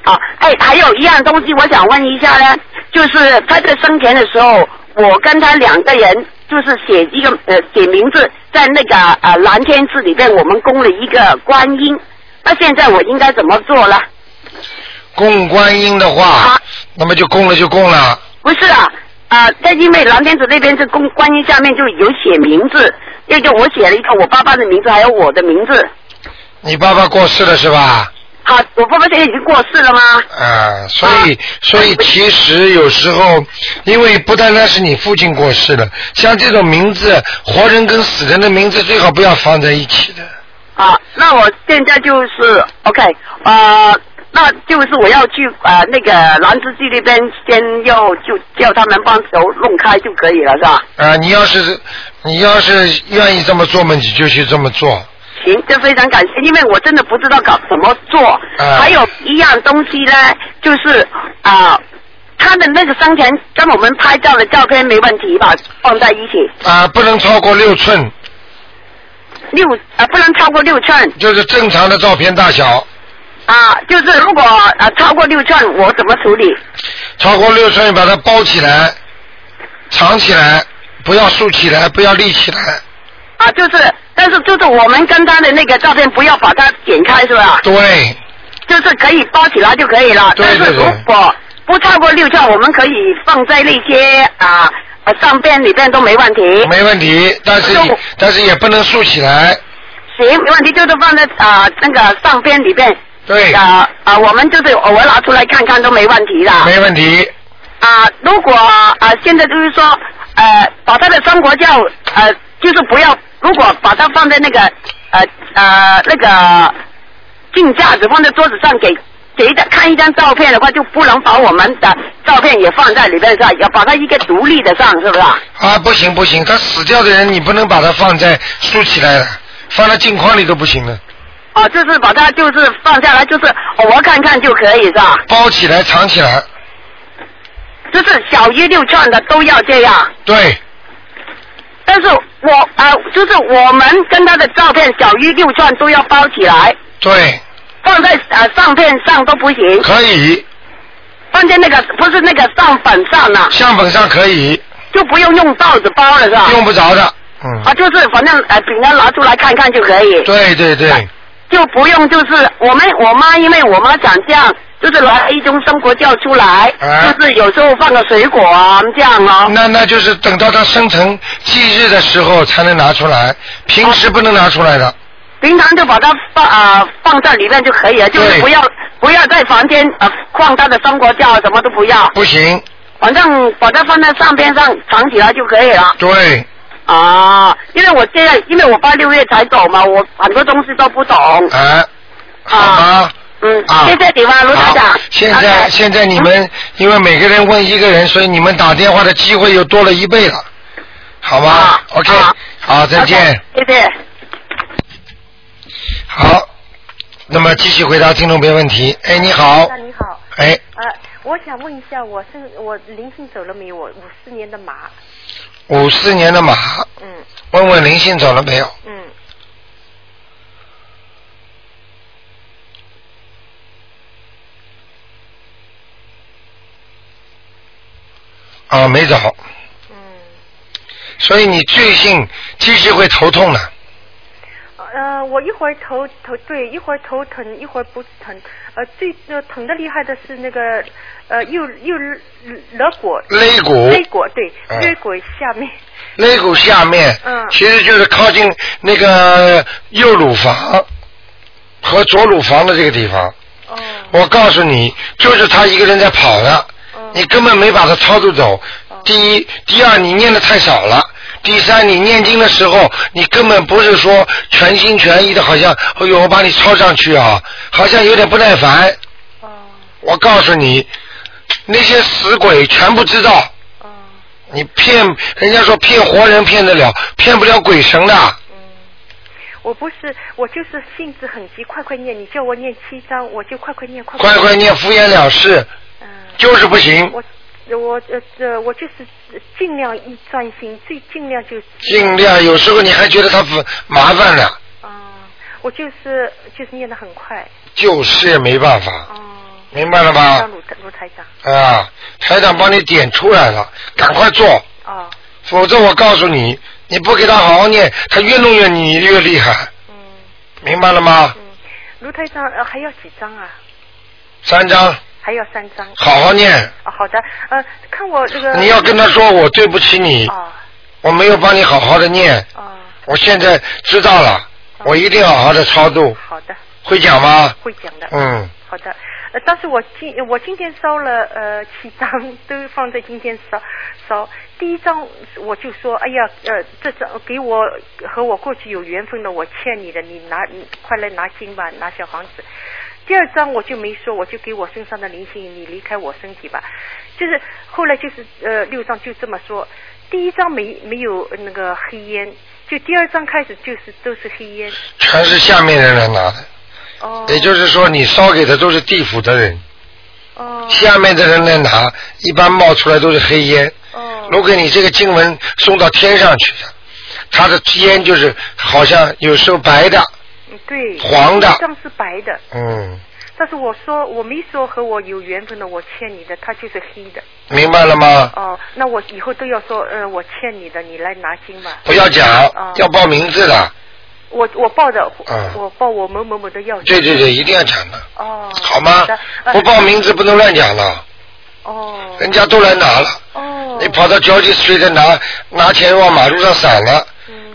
S10: 啊，哎，还有一样东西我想问一下呢，就是他在生前的时候，我跟他两个人就是写一个呃写名字在那个呃蓝天寺里边，我们供了一个观音。那现在我应该怎么做了？
S1: 供观音的话，那么就供了就供了。
S10: 不是啊，啊、但因为蓝天寺那边是供观音，下面就有写名字，那就我写了一个我爸爸的名字，还有我的名字。
S1: 你爸爸过世了是吧？
S10: 啊，我爸爸现在已经过世了吗？
S1: 啊，所以所以其实有时候，因为不单单是你父亲过世了，像这种名字，活人跟死人的名字最好不要放在一起的。
S10: 啊，那我现在就是 OK，呃，那就是我要去呃那个兰芝记那边先要就叫他们帮手弄开就可以了，是吧？
S1: 啊，你要是你要是愿意这么做嘛，你就去这么做。
S10: 行，这非常感谢，因为我真的不知道搞怎么做。
S1: 啊嗯
S10: 还有一样东西呢，就是啊、他的那个生前跟我们拍照的照片没问题吧？放在一起，
S1: 啊，不能超过六寸，
S10: 六啊不能超过六寸
S1: 就是正常的照片大小。
S10: 啊，就是如果啊超过六寸，我怎么处理？
S1: 超过六寸，把它包起来，藏起来，不要竖起来，不要立起来。
S10: 啊，就是，但是就是我们跟他的那个照片不要把它剪开，是吧？
S1: 对，
S10: 就是可以包起来就可以了。
S1: 对
S10: 但是
S1: 对
S10: 如
S1: 对
S10: 果不超过六寸，我们可以放在那些啊呃上边里边都没问题。
S1: 没问题，但是也但是也不能竖起来。
S10: 行，没问题，就是放在啊、那个上边里边。
S1: 对。
S10: 啊、啊、我们就是偶尔拿出来看看都没问题的。
S1: 没问题，
S10: 啊、如果啊、现在就是说呃把他的生活叫呃就是不要，如果把它放在那个呃呃那个镜架子放在桌子上给。给一张看一张照片的话，就不能把我们的照片也放在里边是吧？要把它一个独立的上，是不是啊？
S1: 啊，不行不行，他死掉的人你不能把它放在竖起来了，放在镜框里都不行的，
S10: 哦，就是把它就是放下来，就是偶尔看看就可以是吧？
S1: 包起来藏起来。
S10: 就是小于六寸的都要这样。
S1: 对，
S10: 但是我啊、呃就是我们跟他的照片小于六寸都要包起来，
S1: 对，
S10: 放在呃相片上都不行。
S1: 可以，
S10: 放在那个不是那个相本上啊，
S1: 相本上可以，
S10: 就不用用报纸包了是吧？
S1: 用不着的。
S10: 啊，就是反正呃，饼干拿出来看看就可以。
S1: 嗯对对对，
S10: 就不用就是我们我妈，因为我妈想这样，就是拿一种生活教出来，
S1: 啊
S10: 就是有时候放个水果啊这样咯、
S1: 那那就是等到他生成忌日的时候才能拿出来，平时不能拿出来的。
S10: 平常就把它放啊、放在里面就可以了，就是不要不要在房间啊、放他的生活教什么都不要，
S1: 不行，
S10: 反正把它放在上边上藏起来就可以了。
S1: 对，
S10: 啊，因为我现在因为我爸六月才走嘛，我很多东西都不懂。
S1: 啊，啊，
S10: 嗯，
S1: 啊
S10: 谢谢你啊，卢台长。
S1: 现在现在你们因为每个人问一个人，所以你们打电话的机会又多了一倍了，好吧、o
S10: 啊
S1: k 好，再见。
S10: 谢谢。
S1: 好，那么继续回答听众朋友问题。哎，你好
S12: 啊，你好，
S1: 哎，
S12: 呃，我想问一下，我身我灵性走了没有？我五四年的马，
S1: 五四年的马，
S12: 嗯
S1: 问问灵性走了没有？
S12: 嗯，
S1: 啊，没走。嗯。所以你最近继续会头痛的，
S12: 呃，我一会儿头头对，一会儿头疼，一会儿脖子疼，呃，最呃疼的厉害的是那个呃右右肋骨，
S1: 肋骨
S12: 肋骨对，
S1: 嗯
S12: 肋骨下面，
S1: 肋骨下面，
S12: 嗯
S1: 其实就是靠近那个右乳房和左乳房的这个地方。哦。我告诉你，就是他一个人在跑的，你根本没把它超度走。第一，第二，你念的太少了。第三，你念经的时候，你根本不是说全心全意的，好像，哎呦，我把你抄上去啊，好像有点不耐烦。我告诉你，那些死鬼全不知道。你骗人家说骗活人骗得了，骗不了鬼神的。
S12: 我不是，我就是性子很急，快快念。你叫我念七章，我就快快念，快嗯
S1: 快快念，敷衍了事，就是不行。
S12: 我我呃呃，我就是尽量一专心，最尽量就是
S1: 尽量，有时候你还觉得他烦麻烦了，
S12: 我就是就是念得很快。
S1: 就是没办法。明白了吧？
S12: 卢哦卢台长，
S1: 啊，台长帮你点出来了，赶快做。啊。
S12: 哦
S1: 否则我告诉你，你不给他好好念，他越弄越你越厉害。嗯。明白了吗？
S12: 嗯卢台长呃还要几张啊？
S1: 三张，
S12: 还要三张。
S1: 好好念。
S12: 哦，好的，呃，看我这个。
S1: 你要跟他说我对不起你，我没有帮你好好的念。我现在知道了，我一定好好的超度。
S12: 好的。
S1: 会讲吗？
S12: 会讲的。
S1: 嗯。
S12: 好的，呃，但是我今我今天烧了呃七张，都放在今天烧烧。第一张我就说，哎呀，呃，这张给我和我过去有缘分的，我欠你的，你拿你快来拿金吧，拿小房子。第二张我就没说，我就给我身上的灵性，你离开我身体吧。就是后来就是呃六张就这么说，第一张没没有呃那个黑烟，就第二张开始就是都是黑烟。
S1: 全是下面人来拿的。也就是说，你烧给的都是地府的人。下面的人来拿，一般冒出来都是黑烟。如果你这个经文送到天上去的，它的烟就是好像有时候白的，
S12: 嗯，对。
S1: 黄的
S12: 一张是白的，
S1: 嗯，
S12: 但是我说我没说和我有缘分的，我欠你的，它就是黑的。
S1: 明白了吗？
S12: 哦，那我以后都要说，呃，我欠你的，你来拿金吧。
S1: 不要讲
S12: 哦，
S1: 要报名字的。
S12: 我我报的，
S1: 嗯
S12: 我报我某某某的要。
S1: 对对对，一定要讲的，
S12: 哦。
S1: 好吗
S12: 的？呃
S1: 不报名字不能乱讲的。哦。人家都来拿了。哦。你跑到交际street 拿拿钱往马路上散了，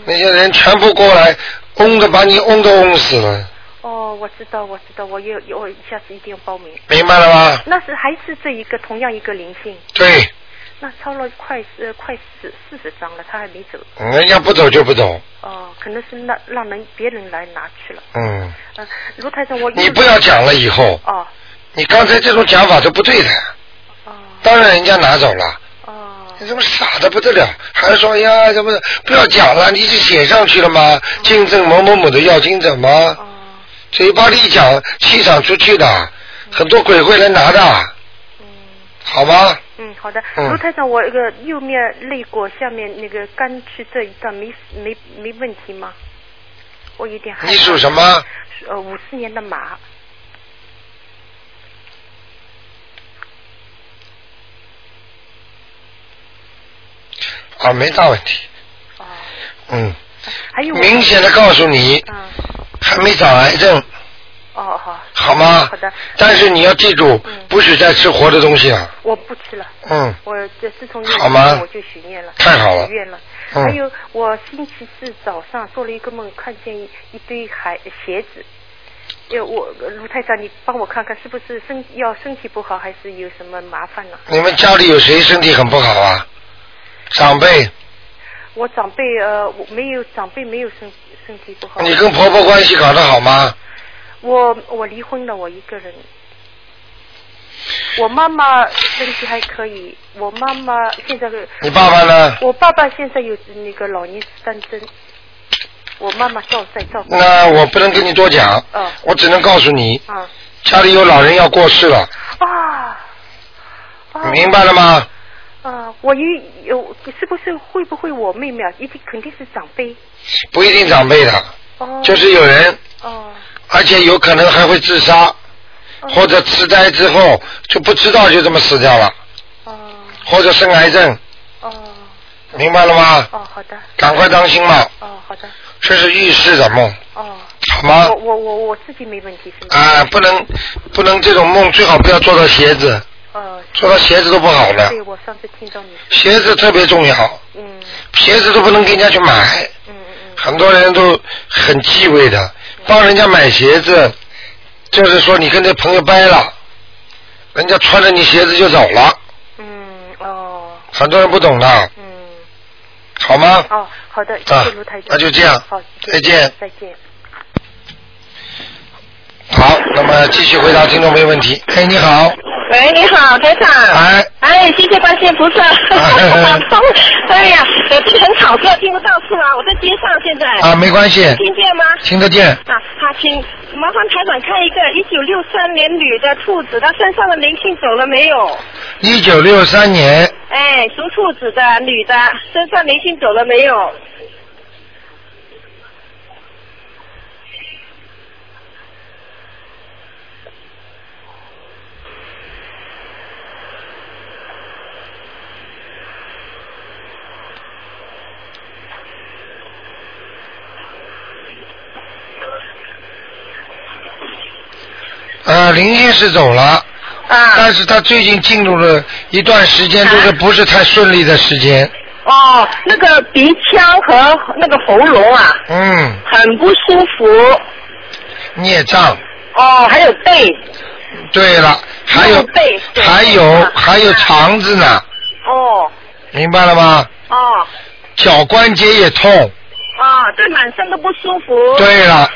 S1: 那些人全部过来，嗡的把你嗡都嗡死了。
S12: 哦，我知道，我知道，我有，有我下次一定要报名。
S1: 明白了吗？
S12: 那是还是这一个同样一个灵性，
S1: 对，
S12: 那超了快呃快四四十张了，他还没走。
S1: 嗯人家不走就不走，
S12: 哦，可能是那让人别人来拿去了。
S1: 嗯，
S12: 嗯、卢台长，我
S1: 你不要讲了以后
S12: 哦，
S1: 你刚才这种讲法都不对的。当然人家拿走了。你怎么傻的不得了？还说哎呀怎么的？不要讲了，你是写上去了吗？竞争某某某的要经者吗？嘴巴里讲，气场出去的，很多鬼会来拿的。好吗？
S12: 嗯，好的，
S1: 嗯
S12: 卢台长，我这个右面肋骨下面那个肝区这一段没没没问题吗？我有点害怕。
S1: 你属什么？
S12: 是？呃，五四年的马。
S1: 啊，没大问题。嗯，
S13: 哎
S12: 还有我
S1: 明显的告诉你，还没长癌症，
S12: 哦，好。
S1: 好吗
S12: 好的。嗯
S1: 但是你要记住，不许再吃活的东西了。
S12: 我不吃了。
S1: 嗯
S12: 我这自从念
S1: 好吗
S12: 了我就许念了，
S1: 太好了
S12: 许愿了。
S1: 嗯
S12: 还有，我星期四早上做了一个梦，看见一一堆鞋鞋子。哎，我卢太长，你帮我看看是不是身要身体不好，还是有什么麻烦呢、
S1: 你们家里有谁身体很不好啊？长辈，
S12: 我长辈呃，我没有长辈没有身身体不好。
S1: 你跟婆婆关系搞得好吗？
S12: 我我离婚了，我一个人。我妈妈身体还可以，我妈妈现在是。
S1: 你爸爸呢
S12: 我爸爸现在有那个老年痴呆症，我妈妈照在照顾。
S1: 那我不能跟你多讲，
S12: 哦
S1: 我只能告诉你，
S12: 啊
S1: 家里有老人要过世了，
S12: 啊！啊
S1: 明白了？吗？
S12: 啊，我有有，是不是会不会我妹妹啊？一定肯定是长辈。哦
S1: 不一定长辈的，就是有人，而且有可能还会自杀，
S12: 哦
S1: 或者痴呆之后就不知道就这么死掉了，
S12: 哦
S1: 或者生癌症，明白了吗？
S12: 哦，好的。
S1: 赶快当心了，
S12: 哦，好的。
S1: 这是预示的梦，
S12: 哦。
S1: 好吗
S12: 我我我我自己没问题是吗？
S1: 啊，不能不能这种梦最好不要做到鞋子，
S12: 呃。
S1: 做到鞋子都不好了
S12: 对，我上次听到你。
S1: 鞋子特别重要，
S12: 嗯。
S1: 鞋子都不能给人家去买，很多人都很忌讳的，帮人家买鞋子，就是说你跟这朋友掰了，人家穿着你鞋子就走了，
S12: 嗯
S1: 很多人不懂的。嗯。好吗？
S12: 哦，好的，谢
S1: 啊
S12: 谢卢台长。
S1: 那就这样
S12: 好，
S1: 再见
S12: 再见。
S1: 好，那么继续回答听众朋友问题。哎，你好，
S14: 喂，你好，台长。
S1: 哎。
S14: 哎，谢谢关心菩萨。打通。 [LAUGHS] 哎呀，耳机很吵，这听不到是吗？我在街上现在。
S1: 啊没关系
S14: 听见吗？
S1: 听得见
S14: 啊，好，请麻烦台长看一个一九六三年女的兔子，她身上的灵性走了没有？
S1: 一九六三年
S14: 哎，属兔子的女的，身上灵性走了没有？
S1: 呃，灵性是走了，
S14: 啊，
S1: 但是他最近进入了一段时间都是不是太顺利的时间，
S14: 哦，那个鼻腔和那个喉咙啊，
S1: 嗯，
S14: 很不舒服。
S1: 孽障。
S14: 哦，还有背。
S1: 对了，还有
S14: 背，对
S1: 还
S14: 啊
S1: 有还有肠子呢，
S14: 哦
S1: 明白了吗？
S14: 哦
S1: 脚关节也痛。
S14: 哦，对，满身都不舒服。
S1: 对了，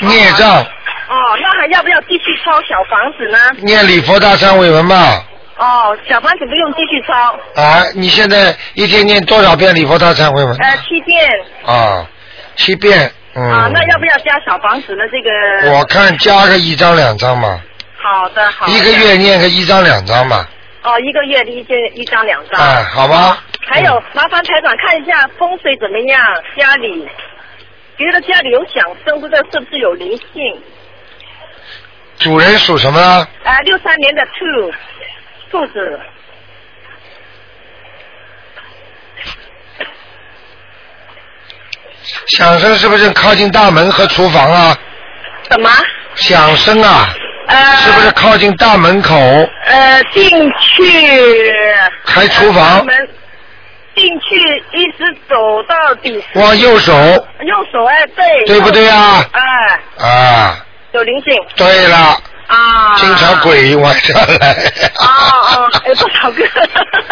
S1: 孽障，
S14: 哦，那还要不要继续抄小房子呢？
S1: 念礼佛大忏悔文吧。
S14: 哦，小房子不用继续抄，
S1: 啊，你现在一天念多少遍礼佛大忏悔文？
S14: 呃，七遍。
S1: 啊，七遍。嗯。
S14: 啊，那要不要加小房子呢？这个。
S1: 我看加个一张两张嘛，
S14: 好的，好的。
S1: 一个月念个一张两张嘛，
S14: 哦，一个月一件一张两张。
S1: 啊，好吧？
S14: 还有，麻烦台长看一下风水怎么样，家里。觉得家里有响声，不知道是不是有灵性？
S1: 主人属什么呢？
S14: 啊、六三年的兔，兔子，
S1: 响声是不是靠近大门和厨房啊？
S14: 什么？
S1: 响声啊，
S14: 呃
S1: 是不是靠近大门口
S14: 呃，进去。
S1: 开厨房
S14: 呃门进去一直走到底。
S1: 往右手
S14: 右手哎，对。
S1: 对不对啊
S14: 哎、
S1: 啊？
S14: 有灵性。
S1: 对了，
S14: 啊。
S1: 经常鬼晚上来， [LAUGHS]
S14: 哦哦，有多少个？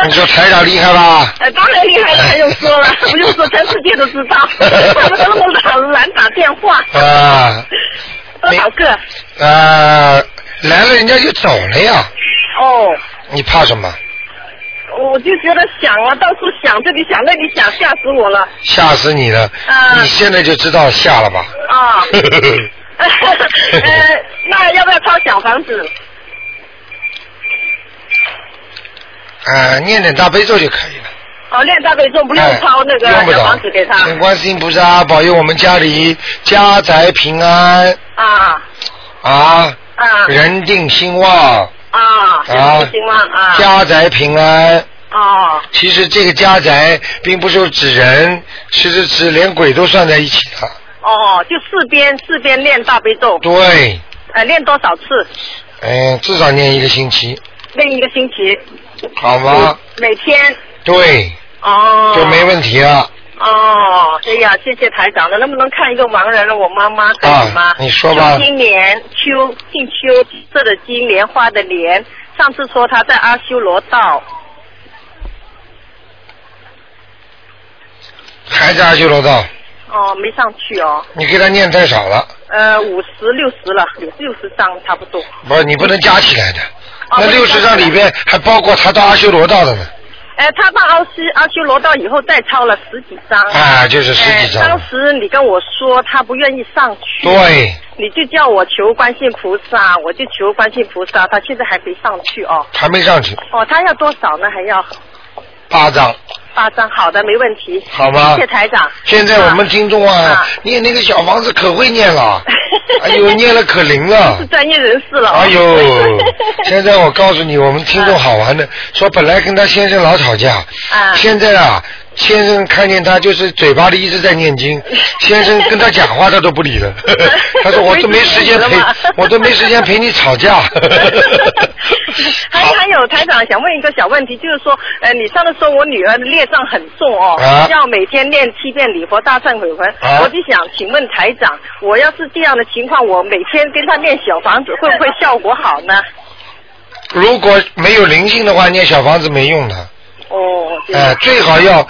S1: 你说台长厉害吧？
S14: 呃，当然厉害了，还用说
S1: [LAUGHS]
S14: 了，不用说，全世界都知道，他们都很懒打电话，
S1: 啊
S14: 多少个？
S1: 啊，来了人家就走了呀，
S14: 哦，
S1: 你怕什么？
S14: 我就觉得想啊，到处想，这里想那里想，吓死我了
S1: 吓死你了！
S14: 啊
S1: 你现在就知道吓了吧？ [LAUGHS]
S14: 啊！ [LAUGHS] 呃，那要不要抄小房子？
S1: 啊，念点大悲咒就可以了。
S14: 哦，练大悲咒不用
S1: 哎
S14: 抄那个
S1: 用不
S14: 小
S1: 着
S14: 房子给他。
S1: 请观世音菩萨保佑我们家里家宅平安
S14: 啊
S1: 啊，
S14: 啊
S1: 人定兴旺，
S14: 啊！
S1: 啊
S14: 行不行吗？啊！
S1: 家宅平安。
S14: 哦
S1: 其实这个家宅并不是指人，其实指连鬼都算在一起的。
S14: 哦，就四边四边练大悲咒。
S1: 对，
S14: 呃，练多少次？
S1: 嗯，至少念一个星期，
S14: 练一个星期，
S1: 好吗？
S14: 每天。
S1: 对，
S14: 嗯哦。
S1: 就没问题了
S14: 哦，哎呀，谢谢台长了，能不能看一个盲人了？我妈妈可以吗？
S1: 啊你说吧
S14: 秋金莲，秋姓秋，金色的金，莲花的莲。上次说她在阿修罗道，
S1: 还在阿修罗道，
S14: 哦，没上去哦。
S1: 你给他念太少了，
S14: 呃，五十六十了，有六十张差不多。
S1: 不是你不能加起来的。
S14: 哦
S1: 那六十张里边还包括他到阿修罗道的呢，
S14: 哎，他到阿修阿修罗道以后再抄了十几张。
S1: 啊，就是十
S14: 哎
S1: 几张
S14: 当。时你跟我说他不愿意上去，
S1: 对，
S14: 你就叫我求观世音菩萨，我就求观世音菩萨，他现在还没上去哦。
S1: 还没上去，
S14: 哦，他要多少呢？还要
S1: 八张。
S14: 八张，好的，没问题。
S1: 好吧
S14: 谢谢台长。
S1: 现在我们听众啊
S14: 啊，
S1: 念那个小房子可会念
S14: [LAUGHS]
S1: 了，哎呦，念了可灵了
S14: 是。专业人士了。
S1: 哎呦，现在我告诉你，我们听众好玩的，说本来跟他先生老吵架，现在啊，先生看见他就是嘴巴里一直在念经，先生跟他讲话他都不理了，他说我都没时间陪
S14: 没时间了，
S1: 我都没时间陪你吵架。
S14: [LAUGHS] 还还有台长想问一个小问题，就是说，呃，你上次说我女儿的孽障很重哦，
S15: 啊
S14: 要每天念七遍礼佛大忏悔文，
S15: 啊
S14: 我就想请问台长，我要是这样的情况，我每天跟她念小房子，会不会
S1: [LAUGHS]
S14: 效果好呢？
S1: 如果没有灵性的话，念小房子没用的。
S14: 哦，这样
S1: 哎，最好要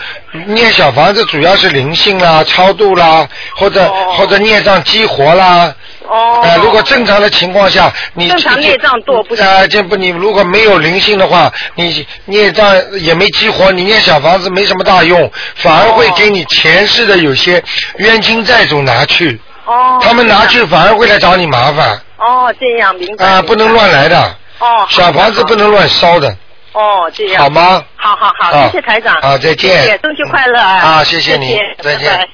S1: 念小房子，主要是灵性啦、超度啦，或者、或者孽障激活啦。
S14: 哦。
S1: 哎，如果正常的情况下，你
S14: 正常孽障多不行
S1: 啊，这不你如果没有灵性的话，你孽障也没激活，你念小房子没什么大用，反而会给你前世的有些冤亲债主拿去。
S14: 哦。
S1: 他们拿
S14: 这
S1: 去
S14: 样
S1: 反而会来找你麻烦
S14: 哦，这样明白。
S1: 啊、不能乱来的。
S14: 哦。
S1: 小房子不能乱烧的。
S14: 哦，这样
S1: 好吗？
S14: 好好好，
S1: 啊
S14: 谢谢台长。
S1: 啊再见
S14: 谢谢，中秋快乐啊！
S1: 啊谢谢
S14: 谢
S1: 你再
S14: 再
S1: 见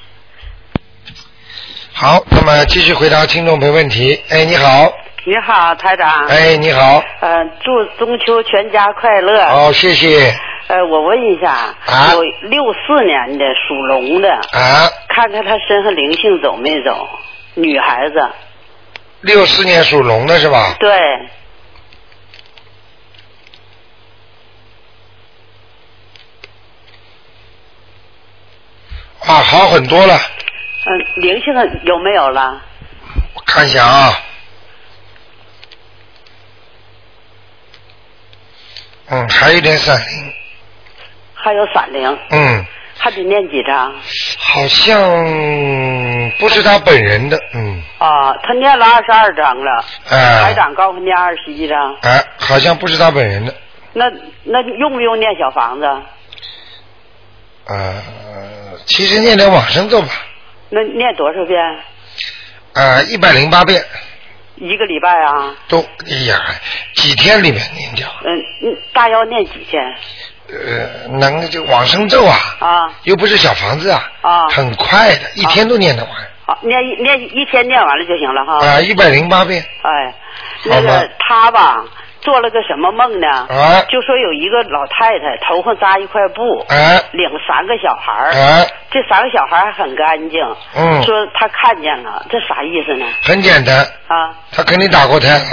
S1: 好，那么继续回答听众朋友问题。哎，你好，
S15: 你好，台长。
S1: 哎，你好，
S15: 嗯、祝中秋全家快乐。
S1: 好、哦谢谢。
S15: 呃，我问一下，
S1: 啊
S15: 我六四年的属龙的，
S1: 啊，
S15: 看看他身上灵性走没走？女孩子，
S1: 六四年属龙的是吧？
S15: 对，
S1: 啊，好很多了，
S15: 嗯、灵性有没有了？
S1: 我看一下啊。嗯，还有一点闪灵，
S15: 还有闪灵，
S1: 嗯，
S15: 还得念几张？
S1: 好像不是他本人的，嗯，
S15: 啊，他念了二十二张了，
S1: 哎
S15: 台长告诉念二十一张，
S1: 哎、好像不是他本人的，
S15: 那那用不用念小房子？
S1: 呃，其实念点往生咒吧，
S15: 那念多少遍？
S1: 呃，一百零八遍
S15: 一个礼拜啊？
S1: 都，哎呀，几天里面念掉，
S15: 嗯，嗯大要念几天？
S1: 呃，能就往生咒啊，
S15: 啊
S1: 又不是小房子啊，
S15: 啊，
S1: 很快的，一天都念得完，
S15: 好，念一念一天念完了就行了哈。
S1: 啊，一百零八遍，
S15: 哎，
S1: 好
S15: 那
S1: 吗
S15: 个他吧，做了个什么梦呢？
S1: 啊
S15: 就说有一个老太太头上扎一块布，
S1: 哎
S15: 领三个小孩儿，
S1: 哎
S15: 这三个小孩儿还很干净。
S1: 嗯
S15: 说他看见了，这啥意思呢？
S1: 很简单，
S15: 啊，
S1: 他肯定打过胎了，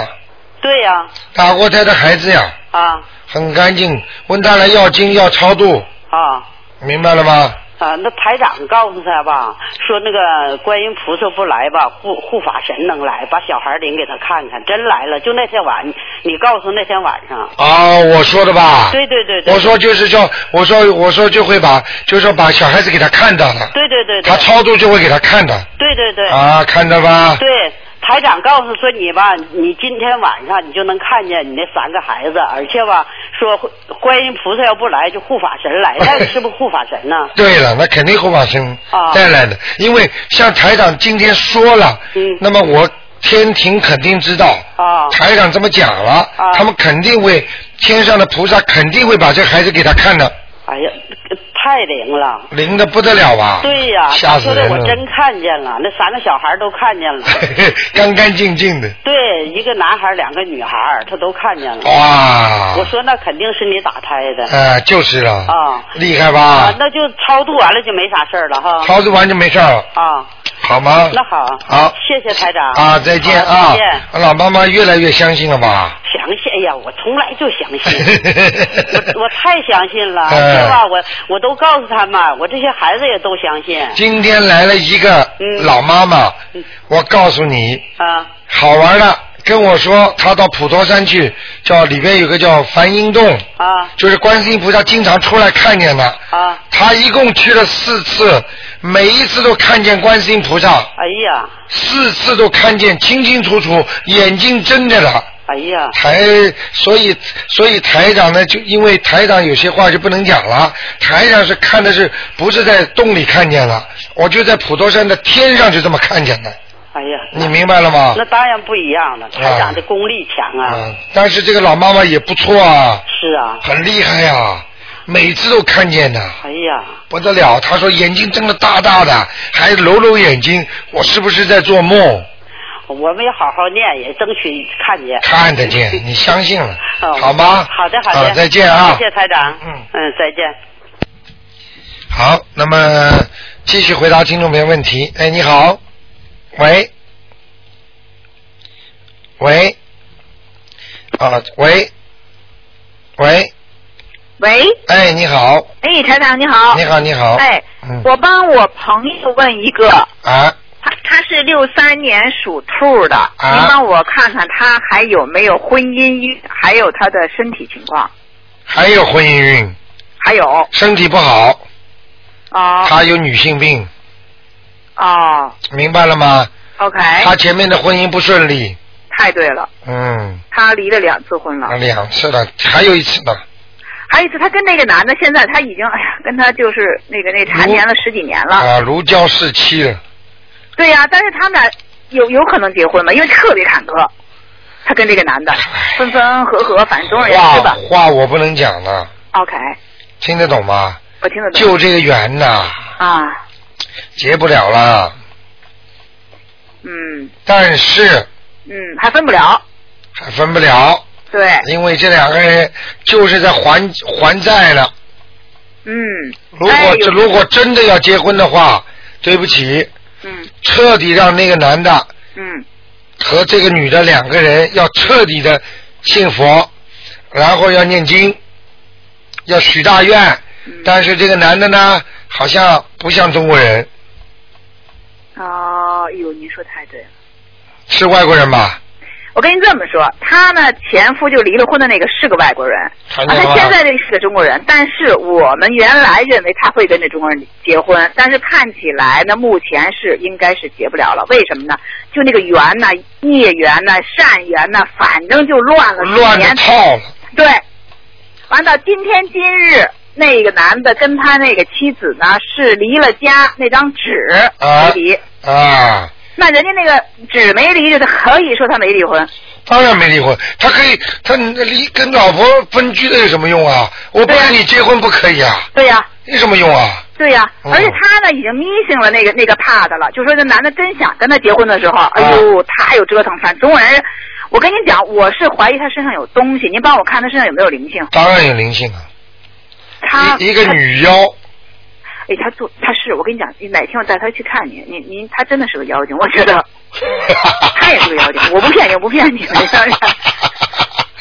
S15: 对呀、
S1: 打过胎的孩子呀，
S15: 啊，
S1: 很干净，问他来要经要超度，
S15: 啊
S1: 明白了吗？
S15: 啊，那台长告诉他吧，说那个观音菩萨不来吧，护护法神能来，把小孩儿领给他看看。真来了，就那天晚，你告诉那天晚上。
S1: 啊，我说的吧？
S15: 对对对对
S1: 我说就是叫，我说我说就会把，就是说把小孩子给他看到了，
S15: 对对对对。
S1: 他超度就会给他看到。
S15: 对对对。
S1: 啊，看到吧？
S15: 对，台长告诉说你吧，你今天晚上你就能看见你那三个孩子，而且吧，说观音菩萨要不来就护法神来，那是不是护法神呢？
S1: 对了，那肯定会往生
S15: 啊
S1: 带来的，因为像台长今天说了，那么我天庭肯定知道，
S15: 嗯啊
S1: 台长这么讲了，他们肯定会天上的菩萨肯定会把这孩子给他看的，
S15: 哎呀，太灵了。
S1: 灵的不得了啊！
S15: 对呀、
S1: 吓
S15: 他
S1: 死
S15: 说
S1: 人
S15: 的
S1: 了 [LAUGHS]
S15: 我真看见了，那三个小孩都看见了。
S1: 干干净净的，
S15: 对，一个男孩，两个女孩，他都看见了。
S1: 哇
S15: 我说那肯定是你打胎的。
S1: 呃，就是了，
S15: 啊，
S1: 厉害吧？
S15: 啊，那就超度完了就没啥事儿了哈。
S1: 超度完就没事儿了
S15: 啊，
S1: 好吗？
S15: 那好。
S1: 好
S15: 谢谢台长。
S1: 啊，再见
S15: 好
S1: 啊
S15: 再见。！
S1: 老妈妈越来越相信了吧？
S15: 相信，哎呀，我从来就相
S1: [LAUGHS]
S15: 信，我我太相信了，
S1: 哎
S15: 对吧？我我都告诉他们，我这些孩子也都相信。
S1: 今天来了一个
S15: 嗯
S1: 老妈妈，我告诉你，
S15: 啊
S1: 好玩的，跟我说她到普陀山去，叫里边有个叫梵音洞，
S15: 啊
S1: 就是观世音菩萨经常出来看见的。
S15: 啊！
S1: 她一共去了四次，每一次都看见观世音菩萨，
S15: 哎呀，
S1: 四次都看见清清楚楚，眼睛睁着的。
S15: 哎呀，
S1: 台，所以所以台长呢，就因为台长有些话就不能讲了。台长是看的是不是在洞里看见了，我就在普陀山的天上就这么看见的。
S15: 哎呀，
S1: 你明白了吗啊
S15: 那当然不一样了，台长的功力强啊。
S1: 嗯，但是这个老妈妈也不错啊，
S15: 是啊。
S1: 很厉害呀、每次都看见的，
S15: 哎呀，
S1: 不得了。她说眼睛睁得大大的，还揉揉眼睛，我是不是在做梦？
S15: 我们也好好念，也争取看见。
S1: 看得见，
S15: [LAUGHS]
S1: 你相信了，
S15: 哦
S1: 好吗？
S15: 好的，好
S1: 好
S15: 的。
S1: 再见啊
S15: 谢谢台长。
S1: 嗯
S15: 嗯，再见。
S1: 好，那么继续回答听众朋友问题。哎，你好，喂，喂，啊，喂，喂，
S16: 喂，
S1: 哎，你好，
S16: 哎，台长你好。
S1: 你好你好嗯
S16: 哎，我帮我朋友问一个，
S1: 啊，
S16: 他他是六三年属兔的，
S1: 啊
S16: 您帮我看看他还有没有婚姻运，还有他的身体情况，
S1: 还有婚姻运，
S16: 还有
S1: 身体不好，
S16: 哦
S1: 她有女性病，
S16: 哦
S1: 明白了吗？
S16: ，OK，
S1: 她前面的婚姻不顺利，
S16: 太对了，
S1: 嗯，
S16: 他离了两次婚了。
S1: 两次了，还有一次呢。
S16: 还有一次，他跟那个男的，现在他已经哎呀，跟他就是那个那缠绵了十几年了。
S1: 啊，如胶似漆了。
S16: 对呀、但是他们俩有有可能结婚吗？因为特别坎坷，他跟这个男的
S1: 哎
S16: 分分合合，反正总而言之
S1: 话
S16: 吧。
S1: 话我不能讲了，
S16: OK，
S1: 听得懂吗？
S16: 我听得懂。
S1: 就这个缘呐，
S16: 啊，
S1: 结不了了。
S16: 嗯
S1: 但是
S16: 嗯，还分不了。
S1: 还分不了，
S16: 对，
S1: 因为这两个人就是在还还债了。
S16: 嗯。
S1: 如果这如果真的要结婚的话，对不起，
S16: 嗯，
S1: 彻底让那个男的
S16: 嗯
S1: 和这个女的两个人要彻底的信佛，然后要念经，要许大愿。
S16: 嗯
S1: 但是这个男的呢，好像不像中国人，
S16: 哦，哎呦，您说太对了。
S1: 是外国人吧？
S16: 我跟您这么说，他呢前夫就离了婚的那个是个外国人，
S1: 看
S16: 啊，
S1: 见了
S16: 他
S1: 吧
S16: 现在这个是个中国人，但是我们原来认为他会跟这中国人结婚，但是看起来呢，目前是应该是结不了了。为什么呢？就那个缘呐、孽缘呐、善缘呐、反正就乱了
S1: 乱
S16: 十
S1: 的
S16: 年。
S1: 套了。
S16: 对，完到今天今日，那个男的跟他那个妻子呢是离了家，那张纸
S1: 啊
S16: 没离。
S1: 啊，
S16: 那人家那个纸没离，就是可以说他没离婚。
S1: 当然没离婚，他可以，他离跟老婆分居了有什么用啊？我不跟你结婚不可以啊？
S16: 对呀、
S1: 有什么用啊？
S16: 对呀、
S1: 嗯
S16: 而且他呢已经迷信了那个那个怕的了，就说这男的真想跟他结婚的时候，
S1: 啊
S16: 哎呦，他有折腾，反正总有人，我跟您讲，我是怀疑他身上有东西，您帮我看他身上有没有灵性。
S1: 当然有灵性了，
S16: 他
S1: 一一个
S16: 他
S1: 女妖，
S16: 哎，他做他是我跟你讲，哪天我带他去看你，您您他真的是个妖精，我
S1: [LAUGHS]
S16: 觉得，他也是个妖精，我不骗你，我不骗你，没事儿。 [LAUGHS]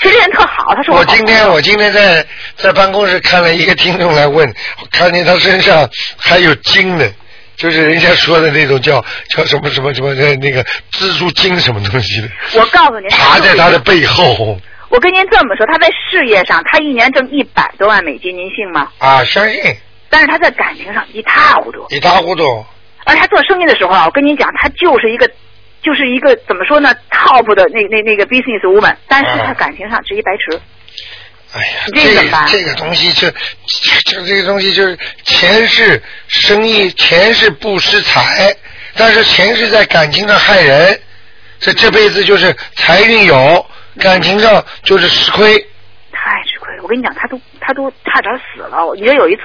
S16: 其实人特好，他是
S1: 我
S16: 好
S1: 今
S16: 朋
S1: 天
S16: 友
S1: 我今天在在办公室看了一个听众来问，我看见他身上还有精呢，就是人家说的那种叫叫什么什么什么的那个蜘蛛精什么东西
S16: [LAUGHS]
S1: 的，
S16: 我告诉您，
S1: 爬在他
S16: 就是
S1: 的背后
S16: 我跟您这么说，他在事业上，他一年挣一百多万美金，您信吗？
S1: 啊，相信
S16: 但是他在感情上一塌糊涂，
S1: 一塌糊涂，
S16: 而且他做生意的时候啊，我跟您讲，他就是一个，就是一个怎么说呢，top 的那那那个 business woman，但是他
S1: 嗯
S16: 感情上是一白痴。
S1: 哎呀，
S16: 这
S1: 这
S16: 个怎么办啊
S1: 这个东西就这这个东西就是前世生意，前世不施财，但是前世在感情上害人，这这辈子就是财运有，感情上就是吃亏。
S16: 太吃亏了。我跟你讲，他都他都差点死了。我觉得有一次，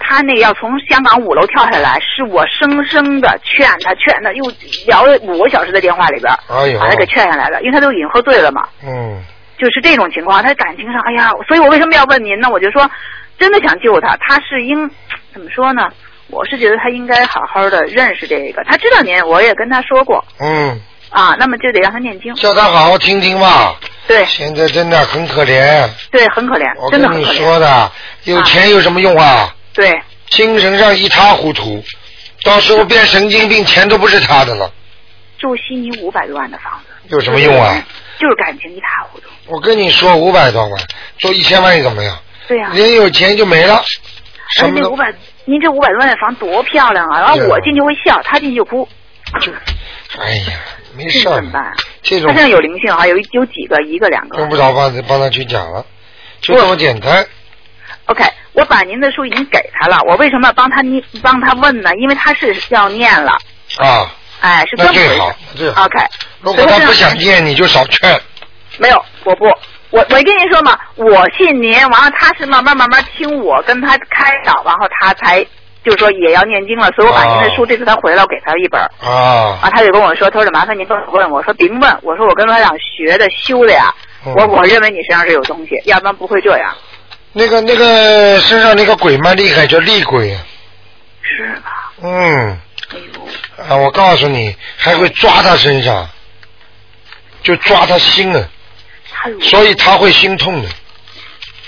S16: 他那要从香港五楼跳下来，是我生生的劝他，劝他又聊了五个小时的电话里边，
S1: 哎呦
S16: 把他给劝下来了，因为他都已经喝醉了嘛。
S1: 嗯，
S16: 就是这种情况，他感情上，哎呀，所以我为什么要问您呢？我就说，真的想救他，他是应怎么说呢？我是觉得他应该好好的认识这个，他知道您，我也跟他说过
S1: 嗯，
S16: 啊，那么就得让他念经。
S1: 叫他好好听听吧。
S16: 对
S1: 现在真的很可怜，
S16: 对，很可怜，
S1: 我
S16: 真
S1: 跟
S16: 的很
S1: 你
S16: 可怜。啊
S1: 说的，有钱有什么用啊？
S16: 对，
S1: 精神上一塌糊涂，到时候变神经病，钱都不是他的了，
S16: 住悉尼五百多万的房子，
S1: 有什么用啊？
S16: 就是感情一塌糊涂。
S1: 我跟你说，五百多万做一千万又怎么样？
S16: 对呀、
S1: 人有钱就没了，
S16: 而
S1: 什
S16: 且
S1: 么
S16: 那
S1: 都
S16: 五百，您这五百多万的房多漂亮啊！然后
S1: 对啊
S16: 我进去会笑，他进去就哭，嗯
S1: 哎呀，没
S16: 这
S1: 事
S16: [LAUGHS] 怎
S1: 儿
S16: 么，办？
S1: 这
S16: 他
S1: 种
S16: 现在有灵性啊，有一有几个，一个两个。
S1: 用不着帮帮他去讲了，就这么简单。
S16: OK，我把您的书已经给他了，我为什么要帮他捏帮他问呢？因为他是要念了，
S1: 啊，
S16: 哎，是这
S1: 那
S16: 么回
S1: 最
S16: 事。
S1: 好，那最好。
S16: OK，
S1: 如果他不想见，你就少劝。
S16: 没有，我不，我我跟您说嘛，我信您，完了他是慢慢慢慢听我跟他开导，然后他才就是说也要念经了，所以我把您的书、
S1: 哦
S16: 这次他回来我给他一本儿，
S1: 啊
S16: 啊，他就跟我说，他说麻烦您帮我问，我说别问，我说我跟罗长学的修的呀，
S1: 嗯
S16: 我我认为你身上是有东西，要不然不会这样。
S1: 那个那个身上那个鬼蛮厉害，叫厉鬼。啊
S16: 是吧？
S1: 嗯。啊，我告诉你，还会抓他身上，就抓他心啊，
S16: 他乳
S1: 所以他会心痛的。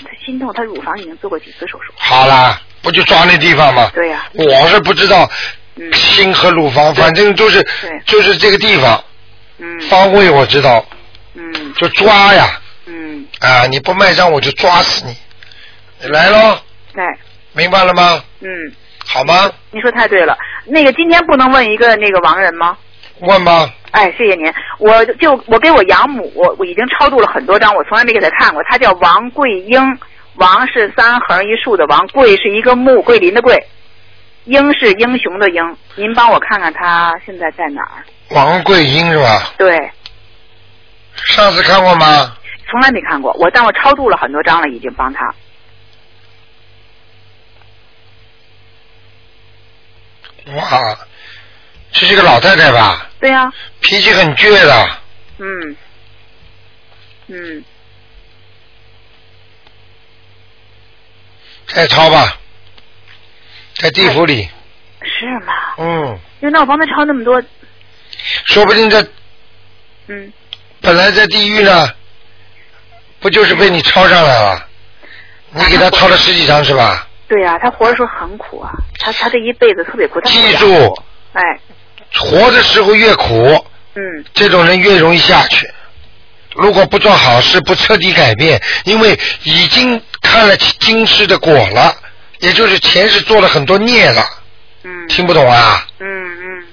S16: 他心痛，他乳房已经做过几次手术。
S1: 好啦，不就抓那地方吗？
S16: 对呀、
S1: 我是不知道
S16: 嗯
S1: 心和乳房，反正就是就是这个地方，方位我知道，
S16: 嗯，
S1: 就抓呀，
S16: 嗯，
S1: 啊，你不卖账我就抓死你，你来喽，
S16: 哎，
S1: 明白了吗？
S16: 嗯，
S1: 好吗？
S16: 您说太对了。那个今天不能问一个那个亡人吗？
S1: 问吧。
S16: 哎，谢谢您。我就我给我养母，我我已经超度了很多张，我从来没给她看过。她叫王桂英，王是三横一竖的王，桂是一个木桂林的桂，英是英雄的英。您帮我看看她现在在哪儿？
S1: 王桂英是吧？
S16: 对，
S1: 上次看过吗？
S16: 从来没看过。我但我超度了很多张了，已经帮她。
S1: 哇，这是个老太太吧？
S16: 对呀、
S1: 脾气很倔的，
S16: 嗯，嗯，
S1: 在抄吧，在地府里，
S16: 是吗？
S1: 嗯，
S16: 就那我帮她抄那么多，
S1: 说不定在
S16: 嗯，
S1: 本来在地狱呢，不就是被你抄上来了？你给他抄了十几张是吧？
S16: 对呀、她活的时候很苦啊，她她这一辈子特别苦，她
S1: 记住，
S16: 哎，
S1: 活的时候越苦，
S16: 嗯，
S1: 这种人越容易下去。如果不做好事，不彻底改变，因为已经看了今世的果了，也就是前世做了很多孽了。嗯。听不懂啊？嗯嗯。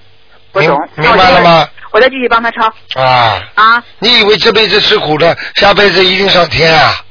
S16: 我懂。
S1: 明明白了吗？
S16: 我再继续帮她抄
S1: 啊。
S16: 啊，
S1: 你以为这辈子吃苦了，下辈子一定上天啊？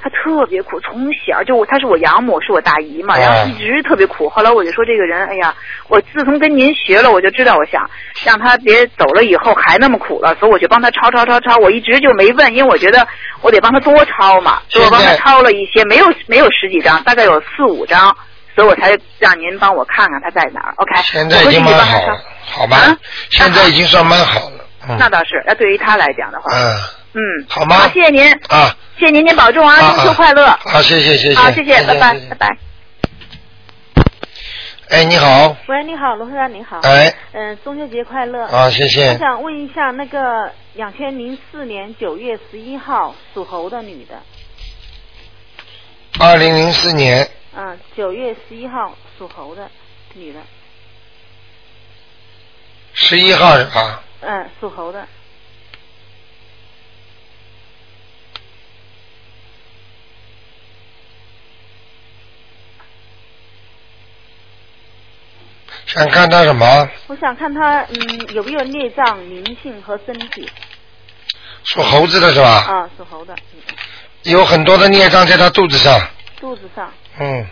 S16: 她特别苦，从小就我她是我养母，是我大姨嘛，
S1: 嗯
S16: 然后一直特别苦。后来我就说这个人，哎呀，我自从跟您学了，我就知道我想让她别走了以后还那么苦了，所以我就帮她抄抄抄抄。我一直就没问，因为我觉得我得帮她多抄嘛，所以我帮她抄了一些，没有没有十几张，大概有四五张，所以我才让您帮我看看她在哪儿。OK，
S1: 现在已经蛮好了，好吧？现在已经算蛮好了。嗯
S16: 啊那倒是，那对于她来讲的话，
S1: 嗯
S16: 嗯，
S1: 好吗
S16: 谢谢您，
S1: 啊，
S16: 谢谢您，您保重啊，中秋快乐。
S1: 好，谢谢谢谢。
S16: 好，谢谢，拜拜
S1: 哎再见。
S16: 拜拜。
S1: 哎，你好，
S13: 喂，你好，罗科长，你好。
S1: 哎。
S13: 嗯、中秋节快乐。
S1: 啊谢谢
S13: 我想问一下，那个两千零四年九月十一号属猴的女的，
S1: 二零零四年，
S13: 嗯、九月十一号属猴的女的，
S1: 十一号是吧？
S13: 嗯、属猴的，
S1: 想看他什么？
S13: 我想看她嗯有没有孽障、灵性和身体。
S1: 属猴子的是吧？
S13: 啊，属猴的，嗯
S1: 有很多的孽障在他肚子上，
S13: 肚子上哦
S1: 嗯，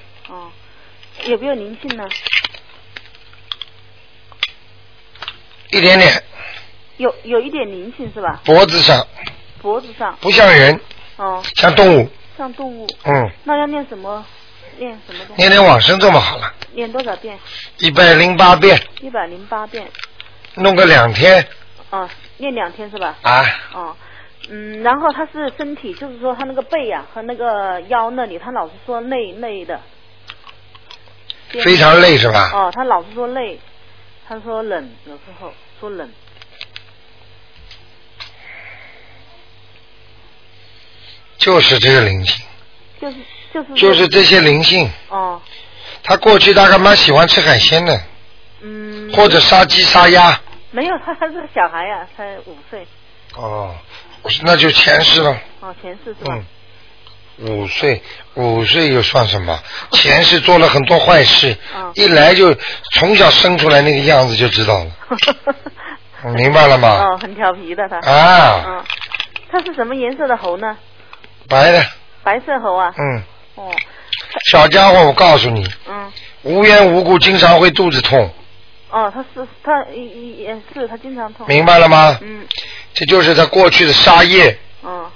S13: 有没有灵性呢？
S1: 一点点，
S13: 有有一点灵性是吧？
S1: 脖子上
S13: 脖子上。
S1: 不像人。
S13: 哦。
S1: 像动物。
S13: 像动物。
S1: 嗯。
S13: 那要念什么？念什么的？
S1: 念点往生咒嘛好了，
S13: 念多少遍？
S1: 一百零八遍，
S13: 一百零八遍。
S1: 弄个两天
S13: 啊，念两天是吧？
S1: 啊，
S13: 哦，嗯，然后他是身体，就是说他那个背呀、和那个腰那里，他老是说累累的。
S1: 非常累是吧
S13: 哦，他老是说累，他说冷，有时候说冷。
S1: 就是这个灵性，
S13: 就是就是
S1: 就是这些灵性。
S13: 哦，
S1: 他过去大概蛮喜欢吃海鲜的，
S13: 嗯。
S1: 或者杀鸡杀鸭。
S13: 没有，他他是个小孩呀、才五岁。
S1: 哦，那就前世了。
S13: 哦，前世是吧？
S1: 嗯，五岁，五岁又算什么？
S13: 哦
S1: 前世做了很多坏事，一来就从小生出来那个样子就知
S13: [LAUGHS]
S1: 道了，明白了吗？
S13: 哦，很调皮的他。
S1: 啊
S13: 嗯，他是什么颜色的猴呢？
S1: 白的，
S13: 白色猴啊。
S1: 嗯，
S13: 哦，
S1: 小家伙，我告诉你，
S13: 嗯，
S1: 无缘无故经常会肚子痛，
S13: 哦，他是他也也是他经常痛。
S1: 明白了吗
S13: 嗯，
S1: 这就是他过去的杀业，
S13: 哦，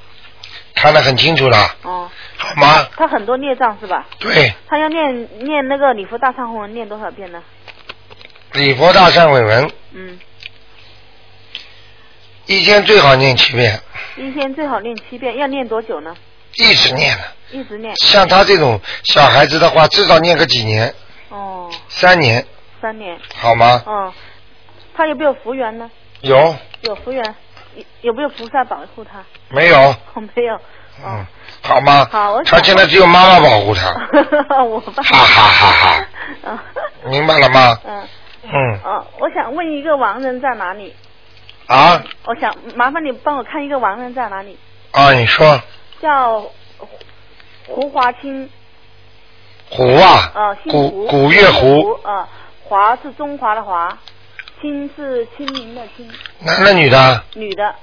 S1: 看得很清楚了，
S13: 哦。
S1: 好吗？
S13: 他很多孽障是吧？
S1: 对，
S13: 他要念念那个礼佛大忏悔文念多少遍呢？
S1: 礼佛大忏悔文
S13: 嗯，
S1: 一天最好念七遍，
S13: 一天最好念七遍，要念多久呢？
S1: 一直念的。
S13: 一直念。
S1: 像他这种小孩子的话，至少念个几年，
S13: 哦，
S1: 三年，
S13: 三年。
S1: 好吗？
S13: 哦，他有没有福缘呢？
S1: 有
S13: 有福缘，有有没有菩萨保护他？
S1: 没有？
S13: [LAUGHS] 我没有。
S1: 嗯，好吗？
S13: 好，我想
S1: 他现在只有妈妈保护他，
S13: 我爸。
S1: 哈哈哈。明白了吗？
S13: 嗯。
S1: 嗯
S13: 哦，我想问一个亡人在哪里？
S1: 啊
S13: 我想麻烦你帮我看一个亡人在哪里，
S1: 啊，你说
S13: 叫胡胡华清，
S1: 虎啊
S13: 呃，姓
S1: 古
S13: 胡
S1: 古月胡
S13: 胡，呃，华是中华的华，清是清明的清。
S1: 男的女的？
S13: 女的，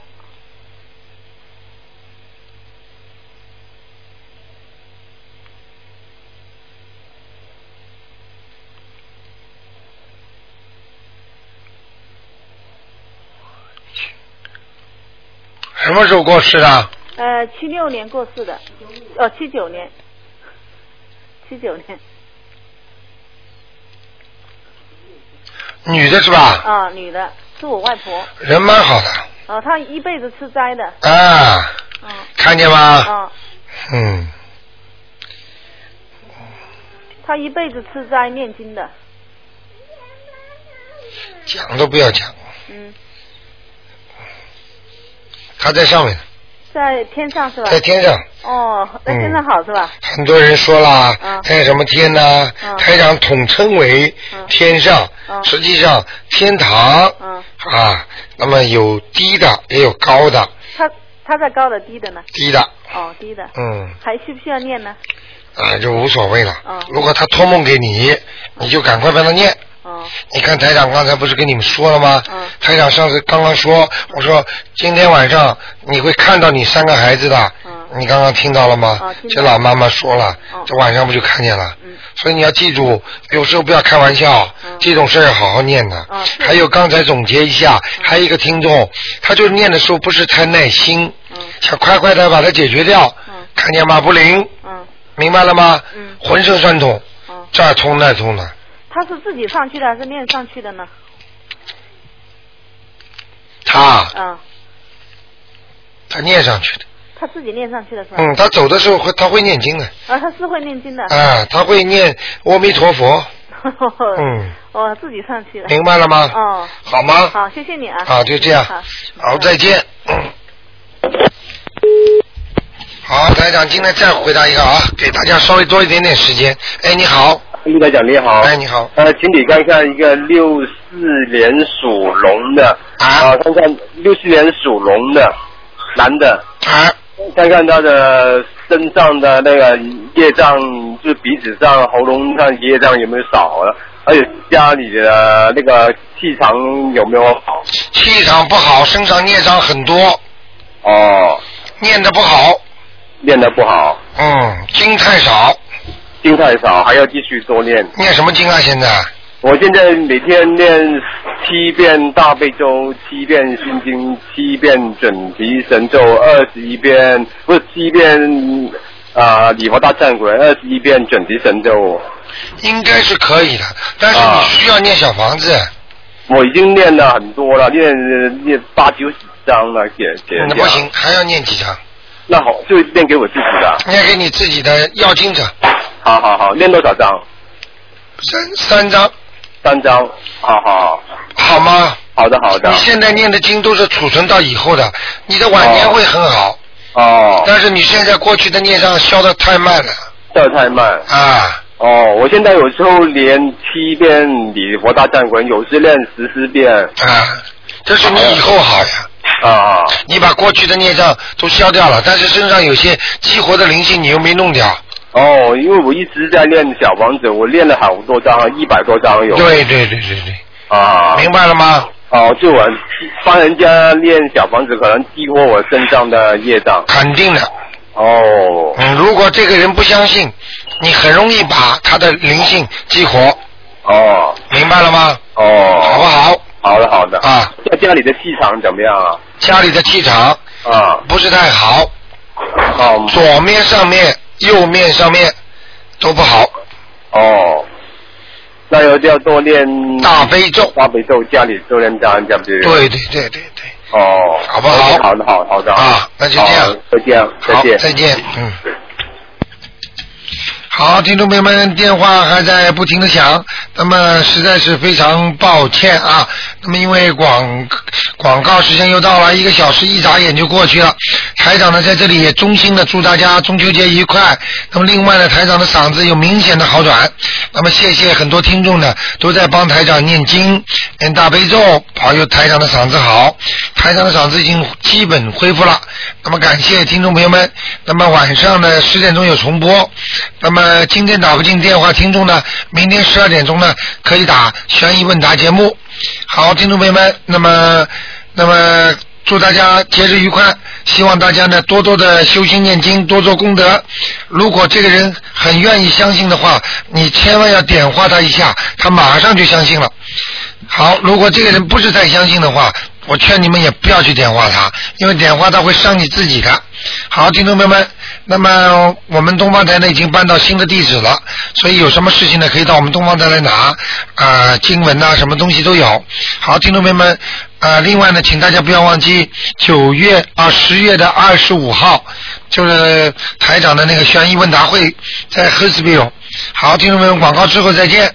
S1: 什么时候过世的？
S13: 呃，七六年过世的，哦，七九年，七九年。
S1: 女的是吧？
S13: 啊、女的，是我外婆。
S1: 人蛮好的
S13: 哦、她一辈子吃斋的。嗯
S1: 啊，看见吗？
S13: 啊、
S1: 嗯，
S13: 她一辈子吃斋念经的。
S1: 讲都不要讲，
S13: 嗯，
S1: 他在上面，
S13: 在天上是吧？
S1: 在天上。嗯
S13: 哦，在天上好是吧？
S1: 很多人说啦
S13: 啊，
S1: 在什么天呐？
S13: 嗯
S1: 台长统称为天上，实际上天堂
S13: 嗯
S1: 啊，那么有低的，也有高的，
S13: 她她在高的低的呢？
S1: 低的，
S13: 哦，低的。
S1: 嗯。
S13: 还需不需要念呢？
S1: 啊，就无所谓了。
S13: 哦
S1: 如果他托梦给你，你就赶快帮他念。你看台长刚才不是跟你们说了吗？台长上次刚刚说，我说今天晚上你会看到你三个孩子的。你刚嗯哦刚听到了哦嗯吗？这老妈妈说了，这晚上不就看见了？所以你要记住，有时候不要开玩笑，这种事儿要好好念的。还有刚才总结一下，还有一个听众，他就念的时候不是太耐心，想快快的把它解决掉。看见吗？不灵。明白了吗？浑身酸痛，这儿痛那儿痛的，
S13: 嗯她是自己上去的还是念上去的呢？
S1: 他
S13: 啊，
S1: 他念上去的。
S13: 她自己念上去的是吧？
S1: 嗯，他走的时候会他会念经的，
S13: 啊，她是会念经的。
S1: 啊，他会
S13: [LAUGHS]
S1: 念阿弥陀佛，嗯
S13: 嗯，哦，自己上去了。
S1: 明白了吗
S13: 哦，
S1: 好吗
S13: 好，谢谢你啊。
S1: 好就这样
S13: 好，
S1: 好，再见。嗯好，台长，今天再回答一个啊，给大家稍微多一点点时间。哎，你好，
S17: 陆台长你好。
S1: 哎，你好。
S17: 呃，请你看看一个六四年属龙的啊，看看六四年属龙的男的
S1: 啊，
S17: 看看他的身上的那个业障，就是鼻子上、喉咙上业障有没有少了，还有家里的那个气场有没有好？
S1: 气场不好，身上孽障很多，
S17: 哦，
S1: 念的不好，
S17: 练得不好，
S1: 嗯，经太少，
S17: 经太少，还要继续多练。
S1: 念什么经啊？现在
S17: 我现在每天念七遍大悲咒，七遍心经，七遍准提神咒，二十一遍不是七遍啊、礼佛大忏悔，二十一遍准提神咒。
S1: 应该是可以的，但是
S17: 啊
S1: 你需要念小房子。
S17: 我已经念了很多了，念念八九十章了，姐姐。
S1: 嗯那不行，还要念几张？
S17: 那好，就念给我自己的。
S1: 念给你自己的要经者
S17: 好好好，念多少章？
S1: 三三张，
S17: 三章。好好
S1: 好吗？
S17: 好的好的
S1: 你。现在念的经都是储存到以后的，你的晚年会很好。
S17: 哦。
S1: 但是你现在过去的孽障消的太慢了，
S17: 跳太慢
S1: 啊。
S17: 哦，我现在有时候连七遍礼佛大忏悔，有时练十四遍。
S1: 啊，这是你以后好呀。
S17: 啊。
S1: 你把过去的孽障都消掉了，但是身上有些激活的灵性你又没弄掉。
S17: 哦，因为我一直在练小房子，我练了好多张，啊一百多张有。
S1: 对对对对对，
S17: 啊。
S1: 明白了吗？
S17: 哦，就我帮人家练小房子，可能激活我身上的业障。
S1: 肯定的。
S17: 哦。
S1: 嗯，如果这个人不相信，你很容易把他的灵性激活。
S17: 哦。
S1: 明白了吗？
S17: 哦。好不
S1: 好？
S17: 好的好的。
S1: 啊。
S17: 在家里的气场怎么样啊？
S1: 家里的气场
S17: 啊
S1: 不是太好，
S17: 哦。
S1: 左面上面、右面上面都不好。
S17: 哦。那要要多练
S1: 大悲咒，
S17: 大悲咒家里多练章，这样子。
S1: 对对对对，
S17: 哦，好不好？好的，好的好的啊，
S1: 那就这样
S17: 好，再见，再
S1: 好
S17: 见，，
S1: 再见，嗯。好，听众朋友们，电话还在不停的响，那么实在是非常抱歉啊。那么因为广广告时间又到了，一个小时一眨眼就过去了。台长呢在这里也衷心的祝大家中秋节愉快。那么另外呢，台长的嗓子有明显的好转。那么谢谢很多听众呢都在帮台长念经、念大悲咒，保佑台长的嗓子好。台长的嗓子已经基本恢复了。那么感谢听众朋友们。那么晚上呢十点钟有重播。那么么今天打不进电话，听众呢，明天十二点钟呢可以打悬疑问答节目。好，听众朋友们，那么那么祝大家节日愉快，希望大家呢多多的修心念经，多做功德。如果这个人很愿意相信的话，你千万要点化他一下，他马上就相信了。好，如果这个人不是太相信的话，我劝你们也不要去点化他，因为点化他会伤你自己的。好，听众朋友们，那么我们东方台呢已经搬到新的地址了，所以有什么事情呢可以到我们东方台来拿啊、经文呐、什么东西都有。好，听众朋友们，呃，另外呢，请大家不要忘记九月啊十、10月的二十五号，就是台长的那个悬疑问答会在 h e r s v i l l e 好，听众朋友们，广告之后再见。